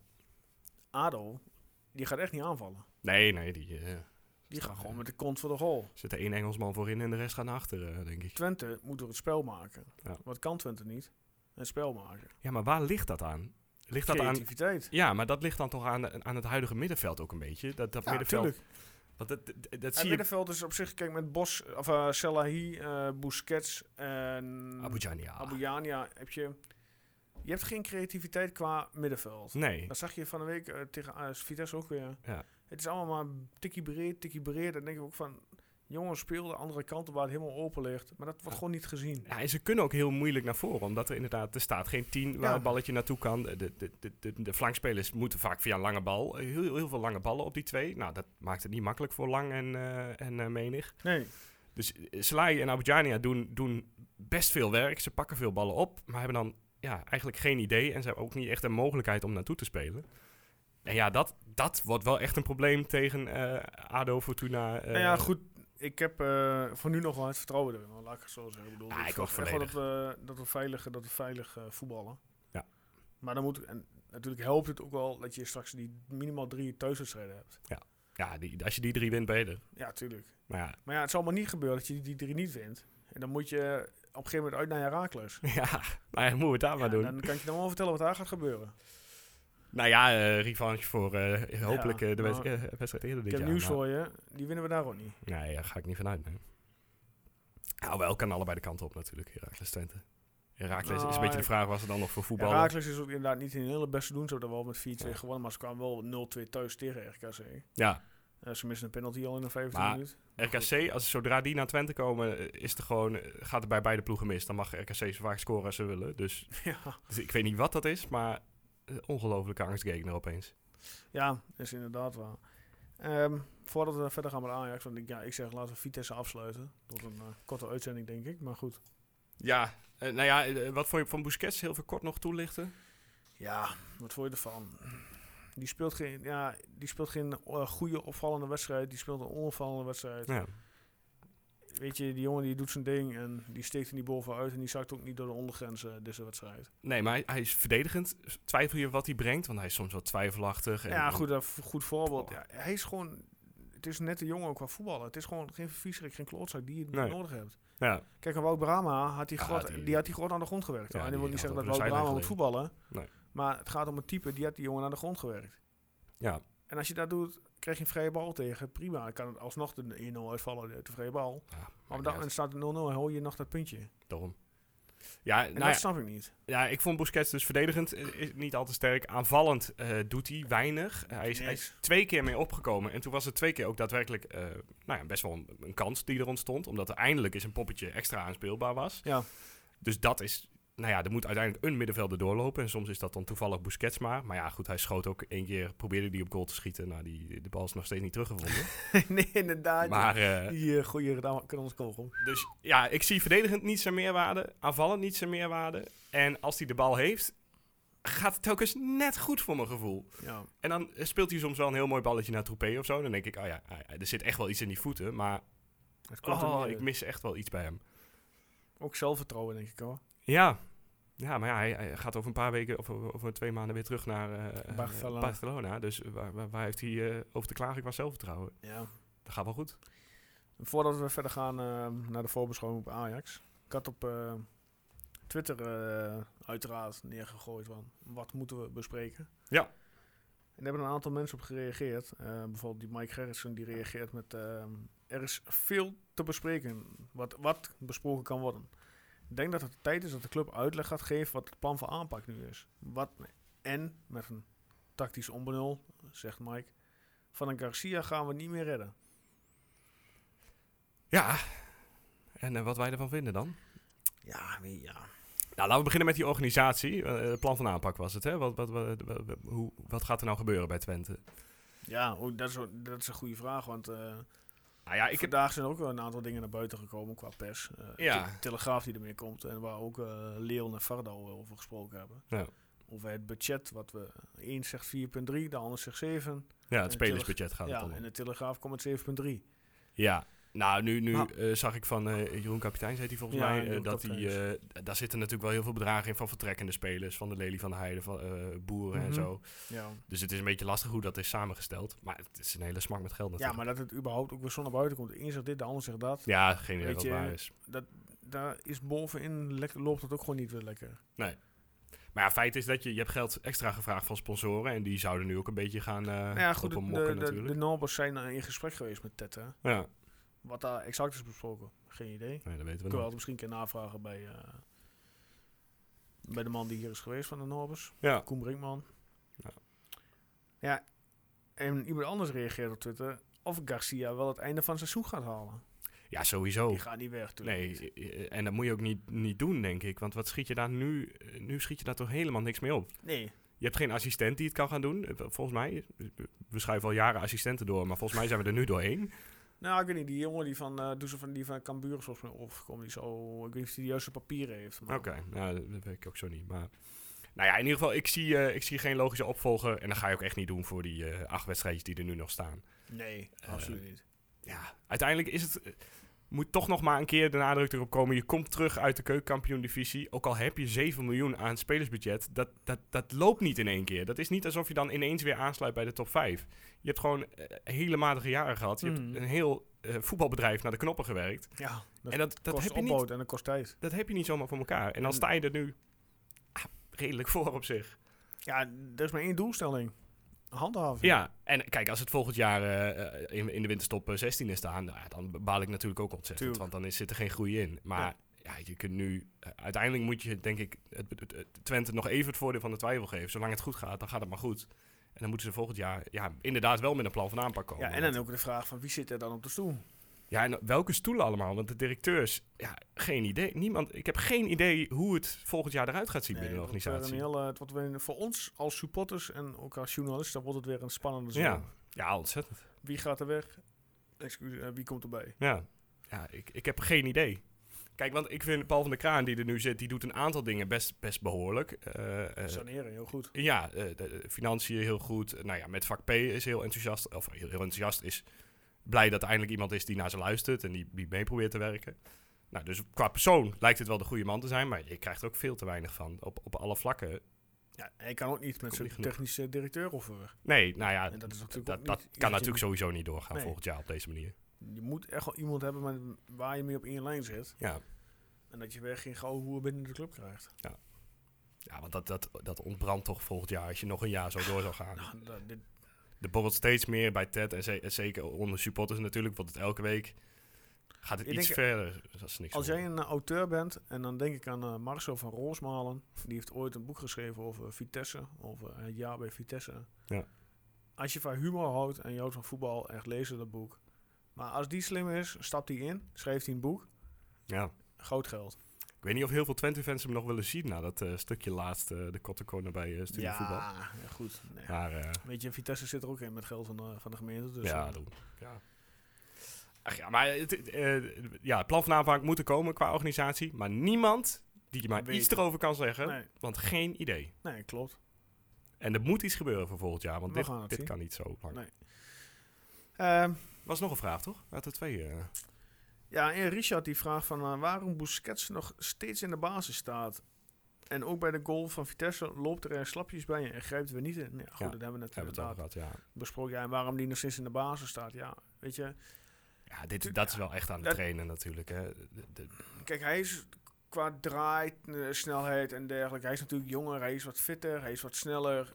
[SPEAKER 1] ADO, die gaat echt niet aanvallen.
[SPEAKER 2] Nee, nee, die eh,
[SPEAKER 1] Die gaan gewoon met de kont voor de goal.
[SPEAKER 2] zit er één Engelsman voorin en de rest gaat naar achteren, eh, denk ik.
[SPEAKER 1] Twente moet door het spel maken.
[SPEAKER 2] Ja.
[SPEAKER 1] Wat kan Twente niet? Het spel maken.
[SPEAKER 2] Ja, maar waar ligt dat aan? Ligt dat aan...
[SPEAKER 1] Creativiteit.
[SPEAKER 2] Ja, maar dat ligt dan toch aan, aan het huidige middenveld ook een beetje. Dat, dat
[SPEAKER 1] Ja,
[SPEAKER 2] middenveld.
[SPEAKER 1] tuurlijk.
[SPEAKER 2] Want dat, dat, dat
[SPEAKER 1] Het
[SPEAKER 2] zie je.
[SPEAKER 1] middenveld is op zich, kijk, met Bos, of eh, Selahi, eh, Busquets en
[SPEAKER 2] Abujani, ja.
[SPEAKER 1] Abouyania heb je... Je hebt geen creativiteit qua middenveld.
[SPEAKER 2] Nee.
[SPEAKER 1] Dat zag je van de week eh, tegen AS Vitesse ook weer.
[SPEAKER 2] Ja.
[SPEAKER 1] Het is allemaal maar tikkie breed, tikkie breed. Dan denk ik ook van, jongens, speel de andere kant op waar het helemaal open ligt. Maar dat wordt gewoon niet gezien.
[SPEAKER 2] Ja, en ze kunnen ook heel moeilijk naar voren, omdat er inderdaad, er staat geen tien waar
[SPEAKER 1] Ja.
[SPEAKER 2] een balletje naartoe kan. De, de, de, de, de flankspelers moeten vaak via een lange bal, heel, heel, heel veel lange ballen op die twee. Nou, dat maakt het niet makkelijk voor Lang en, eh, en eh, Menig.
[SPEAKER 1] Nee.
[SPEAKER 2] Dus eh, Selai en Abujania doen, doen best veel werk, ze pakken veel ballen op, maar hebben dan ja, eigenlijk geen idee en ze hebben ook niet echt een mogelijkheid om naartoe te spelen. En ja, dat, dat wordt wel echt een probleem tegen eh, ADO, Fortuna. eh,
[SPEAKER 1] Nou ja, goed. Ik heb eh, voor nu nog wel het vertrouwen erin. hoor. Laat ik het zo zeggen. Ik bedoel,
[SPEAKER 2] Ja, ik
[SPEAKER 1] verwacht
[SPEAKER 2] ook
[SPEAKER 1] echt wel Dat, we- dat we veilig, dat we veilig eh, voetballen.
[SPEAKER 2] Ja.
[SPEAKER 1] Maar dan moet... En natuurlijk helpt het ook wel dat je straks die minimaal drie thuiswedstrijden hebt.
[SPEAKER 2] ja die, als je die drie wint, ben je er.
[SPEAKER 1] Ja, tuurlijk.
[SPEAKER 2] Maar ja,
[SPEAKER 1] Maar ja, het zal maar niet gebeuren dat je die drie niet wint. En dan moet je op een gegeven moment uit naar Herakles.
[SPEAKER 2] ja, maar ja, moeten we het daar maar
[SPEAKER 1] Ja,
[SPEAKER 2] doen.
[SPEAKER 1] Dan kan ik je dan wel vertellen wat daar gaat gebeuren.
[SPEAKER 2] Nou ja, eh revanche voor eh, hopelijk
[SPEAKER 1] Ja,
[SPEAKER 2] eh, de wed-
[SPEAKER 1] nou,
[SPEAKER 2] eh, wedstrijd eerder
[SPEAKER 1] Ik
[SPEAKER 2] dit
[SPEAKER 1] heb
[SPEAKER 2] jaar.
[SPEAKER 1] nieuws
[SPEAKER 2] maar-
[SPEAKER 1] voor je. Die winnen we daar ook niet.
[SPEAKER 2] Nee, daar ga ik niet vanuit. Nee. Nou, wel kan allebei de kanten op natuurlijk, Herakles Twente. Herakles is een
[SPEAKER 1] Nou,
[SPEAKER 2] beetje de
[SPEAKER 1] ik-
[SPEAKER 2] vraag, was er dan nog voor voetbal?
[SPEAKER 1] Herakles is ook inderdaad niet in een hele beste doen. Ze hebben daar wel met 4-2
[SPEAKER 2] Ja.
[SPEAKER 1] gewonnen. Maar ze kwamen wel 0-2 thuis tegen RKC.
[SPEAKER 2] Ja,
[SPEAKER 1] Eh, ze missen een penalty al in de 15
[SPEAKER 2] Maar-
[SPEAKER 1] minuut.
[SPEAKER 2] RKC, als, zodra die naar Twente komen, eh, is er gewoon, eh, gaat er bij beide ploegen mis. Dan mag RKC zo vaak scoren als ze willen. Dus,
[SPEAKER 1] Ja.
[SPEAKER 2] dus ik weet niet wat dat is, maar eh, ongelofelijke angstgegner opeens.
[SPEAKER 1] Ja, is inderdaad waar. Ehm, voordat we verder gaan met Ajax, want ik, ja, ik zeg laten we Vitesse afsluiten. Tot een eh, korte uitzending, denk ik. Maar goed.
[SPEAKER 2] Ja, eh, nou ja, eh, wat vond je van Busquets? Heel veel kort nog toelichten.
[SPEAKER 1] Ja, wat vond je ervan? Die speelt geen, ja, die speelt geen eh, goede opvallende wedstrijd. Die speelt een onopvallende wedstrijd.
[SPEAKER 2] Ja.
[SPEAKER 1] Weet je, die jongen die doet zijn ding en die steekt er niet bovenuit. En die zakt ook niet door de ondergrenzen, eh, deze wedstrijd.
[SPEAKER 2] Nee, maar hij, hij is verdedigend. Twijfel je wat hij brengt, want hij is soms wel twijfelachtig. En,
[SPEAKER 1] Ja, goed, eh, v- goed voorbeeld.
[SPEAKER 2] Pah.
[SPEAKER 1] Ja, hij is gewoon... Het is net een jongen qua voetballen. Het is gewoon geen viezerik, geen klootzak die je
[SPEAKER 2] Nee.
[SPEAKER 1] nodig hebt.
[SPEAKER 2] Ja,
[SPEAKER 1] Kijk, en Wout Brama had die,
[SPEAKER 2] Ja,
[SPEAKER 1] grot,
[SPEAKER 2] die-
[SPEAKER 1] die, had die grot aan de grond gewerkt.
[SPEAKER 2] Ja,
[SPEAKER 1] hoor. en
[SPEAKER 2] die
[SPEAKER 1] ik wil niet
[SPEAKER 2] had
[SPEAKER 1] zeggen
[SPEAKER 2] op
[SPEAKER 1] dat
[SPEAKER 2] een
[SPEAKER 1] Wout Brama moet
[SPEAKER 2] zijlijn
[SPEAKER 1] voetballen.
[SPEAKER 2] Nee.
[SPEAKER 1] Maar het gaat om een type, die had die jongen aan de grond gewerkt.
[SPEAKER 2] ja,
[SPEAKER 1] En als je dat doet, krijg je een vrije bal tegen. Prima, dan kan het alsnog de 1-0 uitvallen uit de vrije bal.
[SPEAKER 2] ja
[SPEAKER 1] Maar
[SPEAKER 2] maakt
[SPEAKER 1] op
[SPEAKER 2] niet
[SPEAKER 1] dat
[SPEAKER 2] uit.
[SPEAKER 1] moment staat het 0-0 en hoor je nog dat puntje. En
[SPEAKER 2] daarom. Ja, nou
[SPEAKER 1] dat
[SPEAKER 2] ja,
[SPEAKER 1] snap ik niet.
[SPEAKER 2] ja, ik vond Busquets dus verdedigend eh, is niet al te sterk. Aanvallend eh, doet hij weinig. Eh, hij, is, hij is
[SPEAKER 1] Niks.
[SPEAKER 2] twee keer mee opgekomen. En toen was het twee keer ook daadwerkelijk eh, nou ja, best wel een, een kans die er ontstond. Omdat er eindelijk eens een poppetje extra aanspeelbaar was.
[SPEAKER 1] Ja.
[SPEAKER 2] Dus dat is... Nou ja, er moet uiteindelijk een middenvelder doorlopen. En soms is dat dan toevallig Busquets maar. Maar ja, goed, hij schoot ook één keer, probeerde die op goal te schieten. Nou, die, de bal is nog steeds niet teruggevonden.
[SPEAKER 1] nee, inderdaad.
[SPEAKER 2] maar eh,
[SPEAKER 1] Die eh goede gedaan kan ons kogel.
[SPEAKER 2] Dus ja, ik zie verdedigend niet zijn meerwaarde, aanvallend niet zijn meerwaarde. En als hij de bal heeft, gaat het telkens net goed voor mijn gevoel.
[SPEAKER 1] Ja.
[SPEAKER 2] En dan speelt hij soms wel een heel mooi balletje naar Troepé of zo. Dan denk ik, oh ja, ah ja, er zit echt wel iets in die voeten. Maar
[SPEAKER 1] Het komt er
[SPEAKER 2] oh,
[SPEAKER 1] niet
[SPEAKER 2] ik
[SPEAKER 1] uit.
[SPEAKER 2] mis echt wel iets bij hem.
[SPEAKER 1] Ook zelfvertrouwen, denk ik hoor.
[SPEAKER 2] Ja, ja maar ja, hij, hij gaat over een paar weken of over, over twee maanden weer terug naar eh, eh,
[SPEAKER 1] Barcelona.
[SPEAKER 2] Barcelona. Dus waar, waar, waar heeft hij eh, over te klagen qua zelfvertrouwen?
[SPEAKER 1] Ja.
[SPEAKER 2] Dat gaat wel goed.
[SPEAKER 1] Voordat we verder gaan eh, naar de voorbeschouwing op Ajax. Ik had op eh, Twitter eh, uiteraard neergegooid van wat moeten we bespreken.
[SPEAKER 2] Ja.
[SPEAKER 1] En daar hebben een aantal mensen op gereageerd. Eh, bijvoorbeeld die Mike Gerritsen die reageert met ehm, er is veel te bespreken wat, wat besproken kan worden. Ik denk dat het tijd is dat de club uitleg gaat geven wat het plan van aanpak nu is. Wat, en met een tactisch onbenul, zegt Mike, van een Garcia gaan we niet meer redden.
[SPEAKER 2] Ja. En eh, wat wij ervan vinden dan?
[SPEAKER 1] Ja, wie- ja.
[SPEAKER 2] Nou, laten we beginnen met die organisatie. Eh, Het plan van aanpak was het, hè? Wat, wat, wat, wat, hoe, wat gaat er nou gebeuren bij Twente?
[SPEAKER 1] Ja, hoe- dat, is, wel- dat is een goede vraag. Want eh,
[SPEAKER 2] Nou ja, ik heb...
[SPEAKER 1] vandaag zijn ook wel een aantal dingen naar buiten gekomen qua pers. Eh,
[SPEAKER 2] Ja.
[SPEAKER 1] Te- Telegraaf die ermee komt en waar ook eh Leon en Fardo eh, over gesproken hebben.
[SPEAKER 2] Ja.
[SPEAKER 1] Over het budget, wat we. één zegt 4,3, de ander zegt 7.
[SPEAKER 2] Ja, het
[SPEAKER 1] en
[SPEAKER 2] spelersbudget gaat het
[SPEAKER 1] Eh, Ja,
[SPEAKER 2] dan
[SPEAKER 1] en
[SPEAKER 2] om.
[SPEAKER 1] de Telegraaf komt met 7,3.
[SPEAKER 2] Ja. Nou, nu, nu
[SPEAKER 1] Nou.
[SPEAKER 2] eh, zag ik van eh, Jeroen Kapitein, heet hij volgens
[SPEAKER 1] Ja,
[SPEAKER 2] mij, eh,
[SPEAKER 1] Jeroen
[SPEAKER 2] dat hij,
[SPEAKER 1] Kapiteins.
[SPEAKER 2] eh, daar zitten natuurlijk wel heel veel bedragen in van vertrekkende spelers, van de Lely van de Heide, van eh, Boeren en
[SPEAKER 1] Mhm.
[SPEAKER 2] zo.
[SPEAKER 1] Ja.
[SPEAKER 2] Dus het is een beetje lastig hoe dat is samengesteld. Maar het is een hele smak met geld
[SPEAKER 1] ja,
[SPEAKER 2] natuurlijk.
[SPEAKER 1] maar dat het überhaupt ook weer zo naar buiten komt. De een zegt dit, de ander zegt dat.
[SPEAKER 2] Ja, geen idee
[SPEAKER 1] Weet
[SPEAKER 2] wat
[SPEAKER 1] je-
[SPEAKER 2] waar is.
[SPEAKER 1] Daar is bovenin lek- loopt het ook gewoon niet weer lekker.
[SPEAKER 2] Maar ja, feit is dat je, je hebt geld extra gevraagd van sponsoren. En die zouden nu ook een beetje gaan eh
[SPEAKER 1] Nou ja, goed,
[SPEAKER 2] op
[SPEAKER 1] de,
[SPEAKER 2] een
[SPEAKER 1] de,
[SPEAKER 2] mokken
[SPEAKER 1] de,
[SPEAKER 2] natuurlijk.
[SPEAKER 1] de Norbers zijn eh, in gesprek geweest met Tette.
[SPEAKER 2] ja,
[SPEAKER 1] Wat daar exact is besproken, geen idee.
[SPEAKER 2] nee, dat weten we
[SPEAKER 1] Ik wil
[SPEAKER 2] nog.
[SPEAKER 1] altijd misschien een keer navragen bij, eh, bij de man die hier is geweest van de Norbers.
[SPEAKER 2] Ja,
[SPEAKER 1] Koen Brinkman.
[SPEAKER 2] Ja.
[SPEAKER 1] Ja. en iemand anders reageert op Twitter of Garcia wel het einde van het seizoen gaat halen.
[SPEAKER 2] ja sowieso.
[SPEAKER 1] Die gaat niet weg. tuurlijk niet.
[SPEAKER 2] Oh. Nee, eh, en dat moet je ook niet, niet doen, denk ik. Want wat schiet je daar nu? eh, Nu schiet je daar toch helemaal niks mee op.
[SPEAKER 1] Nee,
[SPEAKER 2] Je hebt geen assistent die het kan gaan doen. Eh, Volgens mij, eh, we schuiven al jaren assistenten door, maar volgens mij zijn we er nu doorheen.
[SPEAKER 1] Nou, ik weet niet. Die jongen die van, eh doe ze van, die van Cambuur is volgens mij overgekomen. Die zo, ik weet niet of hij de juiste papieren heeft.
[SPEAKER 2] Oké,
[SPEAKER 1] maar-
[SPEAKER 2] nou, dat weet ik ook zo niet. Maar nou ja, in ieder geval, ik zie, eh, ik zie geen logische opvolger. En dat ga je ook echt niet doen voor die eh, acht wedstrijdjes die er nu nog staan.
[SPEAKER 1] Nee,
[SPEAKER 2] Eh,
[SPEAKER 1] absoluut niet.
[SPEAKER 2] ja, uiteindelijk is het. eh, Moet toch nog maar een keer de nadruk erop komen. Je komt terug uit de keukenkampioen-divisie. Ook al heb je 7 miljoen aan spelersbudget. Dat, dat, dat loopt niet in één keer. Dat is niet alsof je dan ineens weer aansluit bij de top 5. Je hebt gewoon eh, hele matige jaren gehad. Je
[SPEAKER 1] Mhm.
[SPEAKER 2] hebt een heel eh, voetbalbedrijf naar de knoppen gewerkt.
[SPEAKER 1] Ja, dat,
[SPEAKER 2] en dat, dat,
[SPEAKER 1] kost Hmm.
[SPEAKER 2] heb je
[SPEAKER 1] opbouw
[SPEAKER 2] niet,
[SPEAKER 1] en dat kost tijd.
[SPEAKER 2] dat heb je niet zomaar voor elkaar. En dan
[SPEAKER 1] En-
[SPEAKER 2] sta je er nu ah, redelijk voor op zich.
[SPEAKER 1] Ja, er is maar één doelstelling. Handhaven.
[SPEAKER 2] Ja, en kijk, als het volgend jaar eh, eh, in, in de winterstop eh, 16 is staan, nou ja, dan baal ik natuurlijk ook ontzettend.
[SPEAKER 1] Tuurlijk.
[SPEAKER 2] Want dan is, zit er geen groei in. Maar ja. je kunt nu, eh, uiteindelijk moet je, denk ik, het, het- het- Twente nog even het voordeel van de twijfel geven. Zolang het goed gaat, dan gaat het maar goed. En dan moeten ze volgend jaar ja, inderdaad wel met een plan van aanpak komen.
[SPEAKER 1] Ja, en dan ook de vraag van wie zit er dan op de stoel?
[SPEAKER 2] ja, en welke stoelen allemaal? Want de directeurs, ja, geen idee. Niemand, ik heb geen idee hoe het volgend jaar eruit gaat zien
[SPEAKER 1] Nee,
[SPEAKER 2] binnen de
[SPEAKER 1] het wordt weer
[SPEAKER 2] organisatie.
[SPEAKER 1] een heel, eh, het wordt weer een- voor ons als supporters en ook als journalisten wordt het weer een spannende zon.
[SPEAKER 2] Ja. Ja, ontzettend.
[SPEAKER 1] Wie gaat er weg? Excuus, eh, wie komt erbij?
[SPEAKER 2] Ja, ja ik, ik heb geen idee. Kijk, want ik vind Paul van der Kraan, die er nu zit, die doet een aantal dingen best, best behoorlijk. Eh, eh,
[SPEAKER 1] Saneren, heel goed.
[SPEAKER 2] ja, eh, de, de financiën heel goed. Eh, nou ja, met vak P is heel enthousiast. Of heel, heel enthousiast is blij dat er eindelijk iemand is die naar ze luistert en die, die mee probeert te werken. Nou, dus qua persoon lijkt het wel de goede man te zijn, maar je krijgt er ook veel te weinig van op, op alle vlakken.
[SPEAKER 1] Ja, hij kan ook niet met
[SPEAKER 2] niet
[SPEAKER 1] zijn
[SPEAKER 2] genoeg.
[SPEAKER 1] technische directeur eh, over.
[SPEAKER 2] Nee, nou ja,
[SPEAKER 1] En dat is natuurlijk
[SPEAKER 2] dat,
[SPEAKER 1] ook
[SPEAKER 2] dat
[SPEAKER 1] niet iets
[SPEAKER 2] kan
[SPEAKER 1] wat je
[SPEAKER 2] natuurlijk sowieso niet doorgaan
[SPEAKER 1] Nee.
[SPEAKER 2] volgend jaar op deze manier.
[SPEAKER 1] Je moet echt wel iemand hebben met, waar je mee op één lijn zit.
[SPEAKER 2] Ja.
[SPEAKER 1] En dat je weer geen gouden hoer binnen de club krijgt.
[SPEAKER 2] Ja, want dat, dat, dat ontbrandt toch volgend jaar als je nog een jaar zo door zou gaan.
[SPEAKER 1] Nou, dat, dit,
[SPEAKER 2] Er borrelt steeds meer bij Ted en, ze- en zeker onder supporters natuurlijk, want het elke week gaat het
[SPEAKER 1] Ik
[SPEAKER 2] iets
[SPEAKER 1] denk-
[SPEAKER 2] verder. Dus dat is niks
[SPEAKER 1] als
[SPEAKER 2] aan
[SPEAKER 1] jij
[SPEAKER 2] doen.
[SPEAKER 1] een eh, auteur bent, en dan denk ik aan eh, Marcel van Roosmalen. Die heeft ooit een boek geschreven over Vitesse. Over eh, het jaar bij Vitesse.
[SPEAKER 2] Ja.
[SPEAKER 1] Als je van humor houdt en je houdt van voetbal, echt lezen dat boek. Maar als die slim is, stapt hij in, schrijft hij een boek.
[SPEAKER 2] ja.
[SPEAKER 1] Groot geld.
[SPEAKER 2] Ik weet niet of heel veel Twente-fans hem nog willen zien na dat eh, stukje laatst, eh, de korte corner bij eh Studio Voetbal.
[SPEAKER 1] ja, goed. Nee.
[SPEAKER 2] Maar eh,
[SPEAKER 1] Weet je, Vitesse zit er ook in met geld van de, van de gemeente. Dus
[SPEAKER 2] ja,
[SPEAKER 1] eh,
[SPEAKER 2] doen. Ja. Ach ja, maar het, het, eh, ja, het plan van aanpak moet er komen qua organisatie, maar niemand die maar
[SPEAKER 1] Weet
[SPEAKER 2] iets
[SPEAKER 1] het.
[SPEAKER 2] erover kan zeggen,
[SPEAKER 1] nee,
[SPEAKER 2] want geen idee.
[SPEAKER 1] nee, klopt.
[SPEAKER 2] En er moet iets gebeuren voor volgend jaar, want
[SPEAKER 1] We
[SPEAKER 2] dit,
[SPEAKER 1] gaan het
[SPEAKER 2] dit
[SPEAKER 1] zien.
[SPEAKER 2] kan niet zo lang.
[SPEAKER 1] Nee. Ehm,
[SPEAKER 2] Was nog een vraag, toch? Uit de twee. eh,
[SPEAKER 1] Ja, en Richard die vraagt van eh, waarom Busquets nog steeds in de basis staat. En ook bij de goal van Vitesse loopt er eh, slapjes bij en grijpt weer niet in. Ja, goed,
[SPEAKER 2] Ja,
[SPEAKER 1] dat hebben we net
[SPEAKER 2] hebben we het over
[SPEAKER 1] inderdaad
[SPEAKER 2] gehad, ja.
[SPEAKER 1] besproken. Ja, en waarom die nog steeds in de basis staat. Ja, weet je.
[SPEAKER 2] Ja, dit, dat is wel echt aan het
[SPEAKER 1] Dat-
[SPEAKER 2] trainen natuurlijk. Hè. De- de-
[SPEAKER 1] Kijk, hij is qua draai, eh, snelheid en dergelijke. Hij is natuurlijk jonger, hij is wat fitter, hij is wat sneller.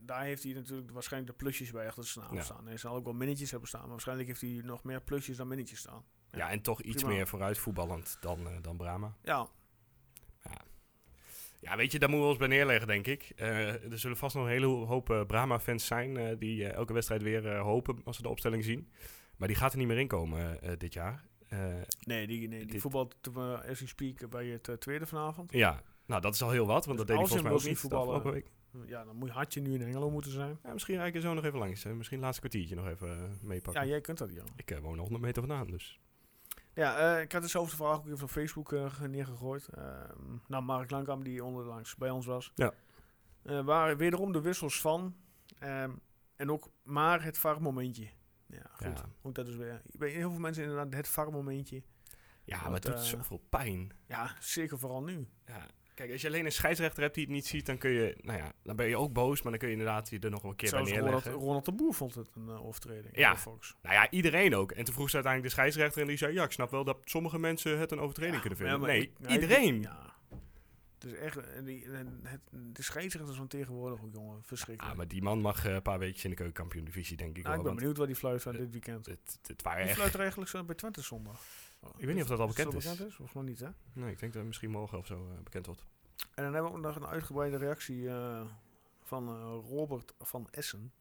[SPEAKER 1] Daar heeft hij natuurlijk waarschijnlijk de plusjes bij achter zijn naam
[SPEAKER 2] Ja.
[SPEAKER 1] staan. Hij zal ook wel minnetjes hebben staan, maar waarschijnlijk heeft hij nog meer plusjes dan minnetjes staan.
[SPEAKER 2] ja, en toch iets
[SPEAKER 1] prima.
[SPEAKER 2] meer vooruit voetballend dan, eh, dan Brama.
[SPEAKER 1] Ja,
[SPEAKER 2] Ja, weet je, daar moeten we ons bij neerleggen, denk ik. Eh, er zullen vast nog een hele hoop eh, Brahma-fans zijn eh, die eh, elke wedstrijd weer eh, hopen als ze de opstelling zien. Maar die gaat er niet meer in komen eh, eh, dit jaar. Eh,
[SPEAKER 1] Nee, die, nee, die
[SPEAKER 2] Dit-
[SPEAKER 1] voetbalt eh, as we speak bij het eh, tweede vanavond.
[SPEAKER 2] ja, nou dat is al heel wat, want
[SPEAKER 1] Dus
[SPEAKER 2] dat deed hij
[SPEAKER 1] als je
[SPEAKER 2] volgens mij ook
[SPEAKER 1] hem wil zien
[SPEAKER 2] niet de
[SPEAKER 1] voetballen-
[SPEAKER 2] afgelopen week.
[SPEAKER 1] Ja, dan moet, had je nu in Engelo moeten zijn.
[SPEAKER 2] Ja, misschien rijd ik er zo nog even langs. hè. Misschien het laatste kwartiertje nog even eh, meepakken.
[SPEAKER 1] Ja, jij kunt dat, Jan.
[SPEAKER 2] Ik eh, woon 100 meter vandaan, dus.
[SPEAKER 1] Ja, eh, ik had dezelfde vraag ook even op Facebook eh, ge- neergegooid. Ehm nou, Mark Langkamp, die onderlangs bij ons was.
[SPEAKER 2] Ja.
[SPEAKER 1] Eh, waren wederom de wissels van. Ehm, en ook maar het VAR-momentje. Ja, goed.
[SPEAKER 2] Ja.
[SPEAKER 1] Ook dat is weer. Bij heel veel mensen inderdaad het VAR-momentje.
[SPEAKER 2] Ja, maar
[SPEAKER 1] Want,
[SPEAKER 2] het doet
[SPEAKER 1] eh,
[SPEAKER 2] zoveel pijn.
[SPEAKER 1] Ja, zeker vooral nu.
[SPEAKER 2] Ja. Kijk, als je alleen een scheidsrechter hebt die het niet ziet, dan kun je, nou ja, dan ben je ook boos, maar dan kun je inderdaad je er nog wel een keer bij
[SPEAKER 1] Zelfs Ronald,
[SPEAKER 2] neerleggen.
[SPEAKER 1] Ronald de Boer vond het een eh, overtreding.
[SPEAKER 2] Ja.
[SPEAKER 1] bij Fox.
[SPEAKER 2] Nou ja, iedereen ook. En toen vroeg ze uiteindelijk de scheidsrechter en die zei, ja, ik snap wel dat sommige mensen het een overtreding
[SPEAKER 1] Ja,
[SPEAKER 2] kunnen
[SPEAKER 1] maar ja,
[SPEAKER 2] vinden.
[SPEAKER 1] maar
[SPEAKER 2] nee,
[SPEAKER 1] ik-
[SPEAKER 2] iedereen.
[SPEAKER 1] ik- ja. Dus echt, eh, die, eh, het, de scheidsrechters van tegenwoordig ook, jongen, verschrikkelijk.
[SPEAKER 2] Ah, maar die man mag eh, een paar weekjes in de keukenkampioen divisie, denk ik
[SPEAKER 1] Nou, ik
[SPEAKER 2] wel.
[SPEAKER 1] ben
[SPEAKER 2] want
[SPEAKER 1] benieuwd wat die fluit aan dit weekend.
[SPEAKER 2] het, het waren
[SPEAKER 1] Die
[SPEAKER 2] echt...
[SPEAKER 1] fluit er eigenlijk zo bij Twente zondag.
[SPEAKER 2] Ik weet niet of dat al
[SPEAKER 1] Is het
[SPEAKER 2] bekend is.
[SPEAKER 1] Volgens mij niet, hè?
[SPEAKER 2] Nee, ik denk dat het misschien morgen of zo eh, bekend wordt.
[SPEAKER 1] En dan hebben we ook nog een uitgebreide reactie eh, van eh, Robert van Essen.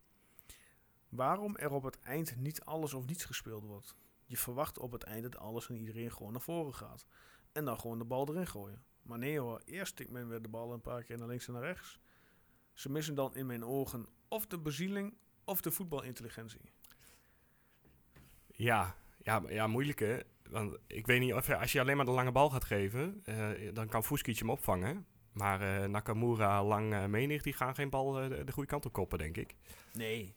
[SPEAKER 1] Waarom er op het eind niet alles of niets gespeeld wordt? Je verwacht op het eind dat alles en iedereen gewoon naar voren gaat. En dan gewoon de bal erin gooien. Maar nee hoor, eerst tikt men weer de bal een paar keer naar links en naar rechts. Ze missen dan in mijn ogen of de bezieling of de voetbalintelligentie.
[SPEAKER 2] Ja, ja, maar- ja moeilijk hè. Want ik weet niet of je- als je alleen maar de lange bal gaat geven, eh, dan kan Fuskic hem opvangen. Maar eh, Nakamura, Lang, eh, Menig, die gaan geen bal eh, de, de goede kant op koppen, denk ik.
[SPEAKER 1] Nee.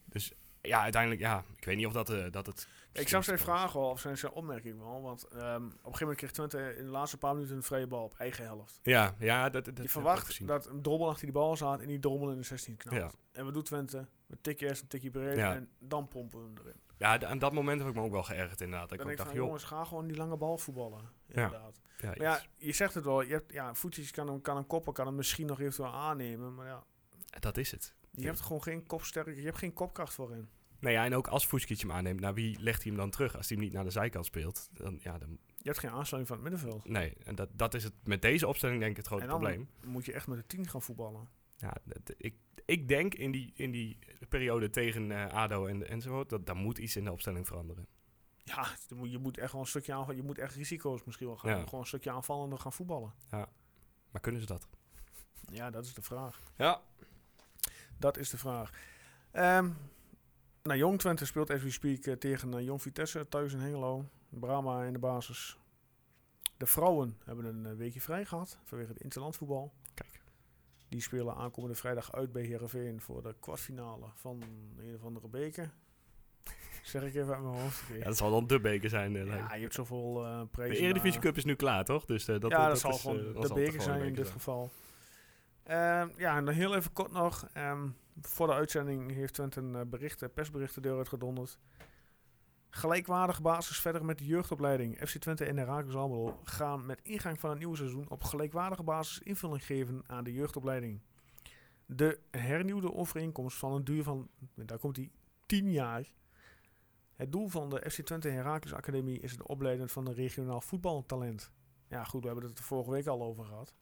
[SPEAKER 2] Ja, uiteindelijk, ja. Ik weet niet of dat, eh, dat het...
[SPEAKER 1] Ik snap zijn vraag wel, of zijn, zijn opmerking wel. Want ehm, op een gegeven moment kreeg Twente in de laatste paar minuten een vrije bal op eigen helft.
[SPEAKER 2] Ja, ja, dat, dat heb ik
[SPEAKER 1] Je
[SPEAKER 2] ook
[SPEAKER 1] verwacht
[SPEAKER 2] gezien.
[SPEAKER 1] dat een drommel achter die bal staat en die drommel in de 16 knalt.
[SPEAKER 2] Ja.
[SPEAKER 1] En wat doet Twente? We tikken eerst een tikje breed
[SPEAKER 2] Ja.
[SPEAKER 1] en dan pompen we hem erin.
[SPEAKER 2] Ja, d- aan dat moment heb ik me ook wel geërgerd inderdaad. Dat
[SPEAKER 1] Dan
[SPEAKER 2] ik
[SPEAKER 1] denk
[SPEAKER 2] ook
[SPEAKER 1] ik
[SPEAKER 2] dacht,
[SPEAKER 1] van,
[SPEAKER 2] joh.
[SPEAKER 1] jongens, ga gewoon die lange bal voetballen. Inderdaad.
[SPEAKER 2] Ja,
[SPEAKER 1] Maar
[SPEAKER 2] iets-
[SPEAKER 1] ja, je zegt het wel. Je hebt, ja, voetjes kan hem, kan hem koppen, kan hem misschien nog eventueel aannemen. Maar ja,
[SPEAKER 2] dat is het.
[SPEAKER 1] je
[SPEAKER 2] Ja.
[SPEAKER 1] hebt gewoon geen kopsterk, je hebt geen kopkracht voor in.
[SPEAKER 2] Nou ja, en ook als Fuskic hem aanneemt, naar wie legt hij hem dan terug? Als hij hem niet naar de zijkant speelt, dan ja, dan,
[SPEAKER 1] Je hebt geen aansluiting van het middenveld.
[SPEAKER 2] nee. En dat, dat is het met deze opstelling denk ik het grote
[SPEAKER 1] en dan
[SPEAKER 2] probleem.
[SPEAKER 1] moet je echt met de 10 gaan voetballen.
[SPEAKER 2] Ja, dat- ik, ik denk in die, in die periode tegen eh, ADO en, enzovoort, dat daar moet iets in de opstelling veranderen.
[SPEAKER 1] Ja, je moet- je moet echt wel een stukje aanval, je moet echt risico's misschien wel gaan.
[SPEAKER 2] Ja.
[SPEAKER 1] Gewoon een stukje aanvallender gaan voetballen.
[SPEAKER 2] Maar kunnen ze dat?
[SPEAKER 1] Ja, dat is de vraag.
[SPEAKER 2] Ja.
[SPEAKER 1] Dat is de vraag. Ehm nou, Jong Twente speelt as we speak eh, tegen eh, Jong Vitesse thuis in Hengelo. Brahma in de basis. De vrouwen hebben een eh, weekje vrij gehad vanwege het interlandvoetbal.
[SPEAKER 2] Kijk.
[SPEAKER 1] Die spelen aankomende vrijdag uit bij Heerenveen voor de kwartfinale van een of andere beker. zeg ik even uit mijn hoofd.
[SPEAKER 2] ja, dat zal dan de beker zijn. eh, lijkt me.
[SPEAKER 1] Ja, je hebt zoveel eh
[SPEAKER 2] de
[SPEAKER 1] prijzen.
[SPEAKER 2] Eredivisie
[SPEAKER 1] daar.
[SPEAKER 2] Cup is nu klaar, toch? Dus eh, dat,
[SPEAKER 1] ja, dat,
[SPEAKER 2] dat
[SPEAKER 1] zal
[SPEAKER 2] is, eh,
[SPEAKER 1] gewoon
[SPEAKER 2] dat
[SPEAKER 1] de
[SPEAKER 2] zal toch
[SPEAKER 1] beker
[SPEAKER 2] gewoon
[SPEAKER 1] zijn
[SPEAKER 2] een
[SPEAKER 1] in dit
[SPEAKER 2] zijn.
[SPEAKER 1] geval. Ehm, ja, en dan heel even kort nog. ehm, voor de uitzending heeft Twente een eh, bericht, eh, persbericht de deur uitgedonderd. Gelijkwaardige basis verder met de jeugdopleiding. FC Twente en Herakles Almelo gaan met ingang van het nieuwe seizoen op gelijkwaardige basis invulling geven aan de jeugdopleiding. De hernieuwde overeenkomst van een duur van, daar komt die, 10 jaar. Het doel van de FC Twente Herakles Academie is het opleiden van een regionaal voetbaltalent. Ja, goed, we hebben het er vorige week al over gehad.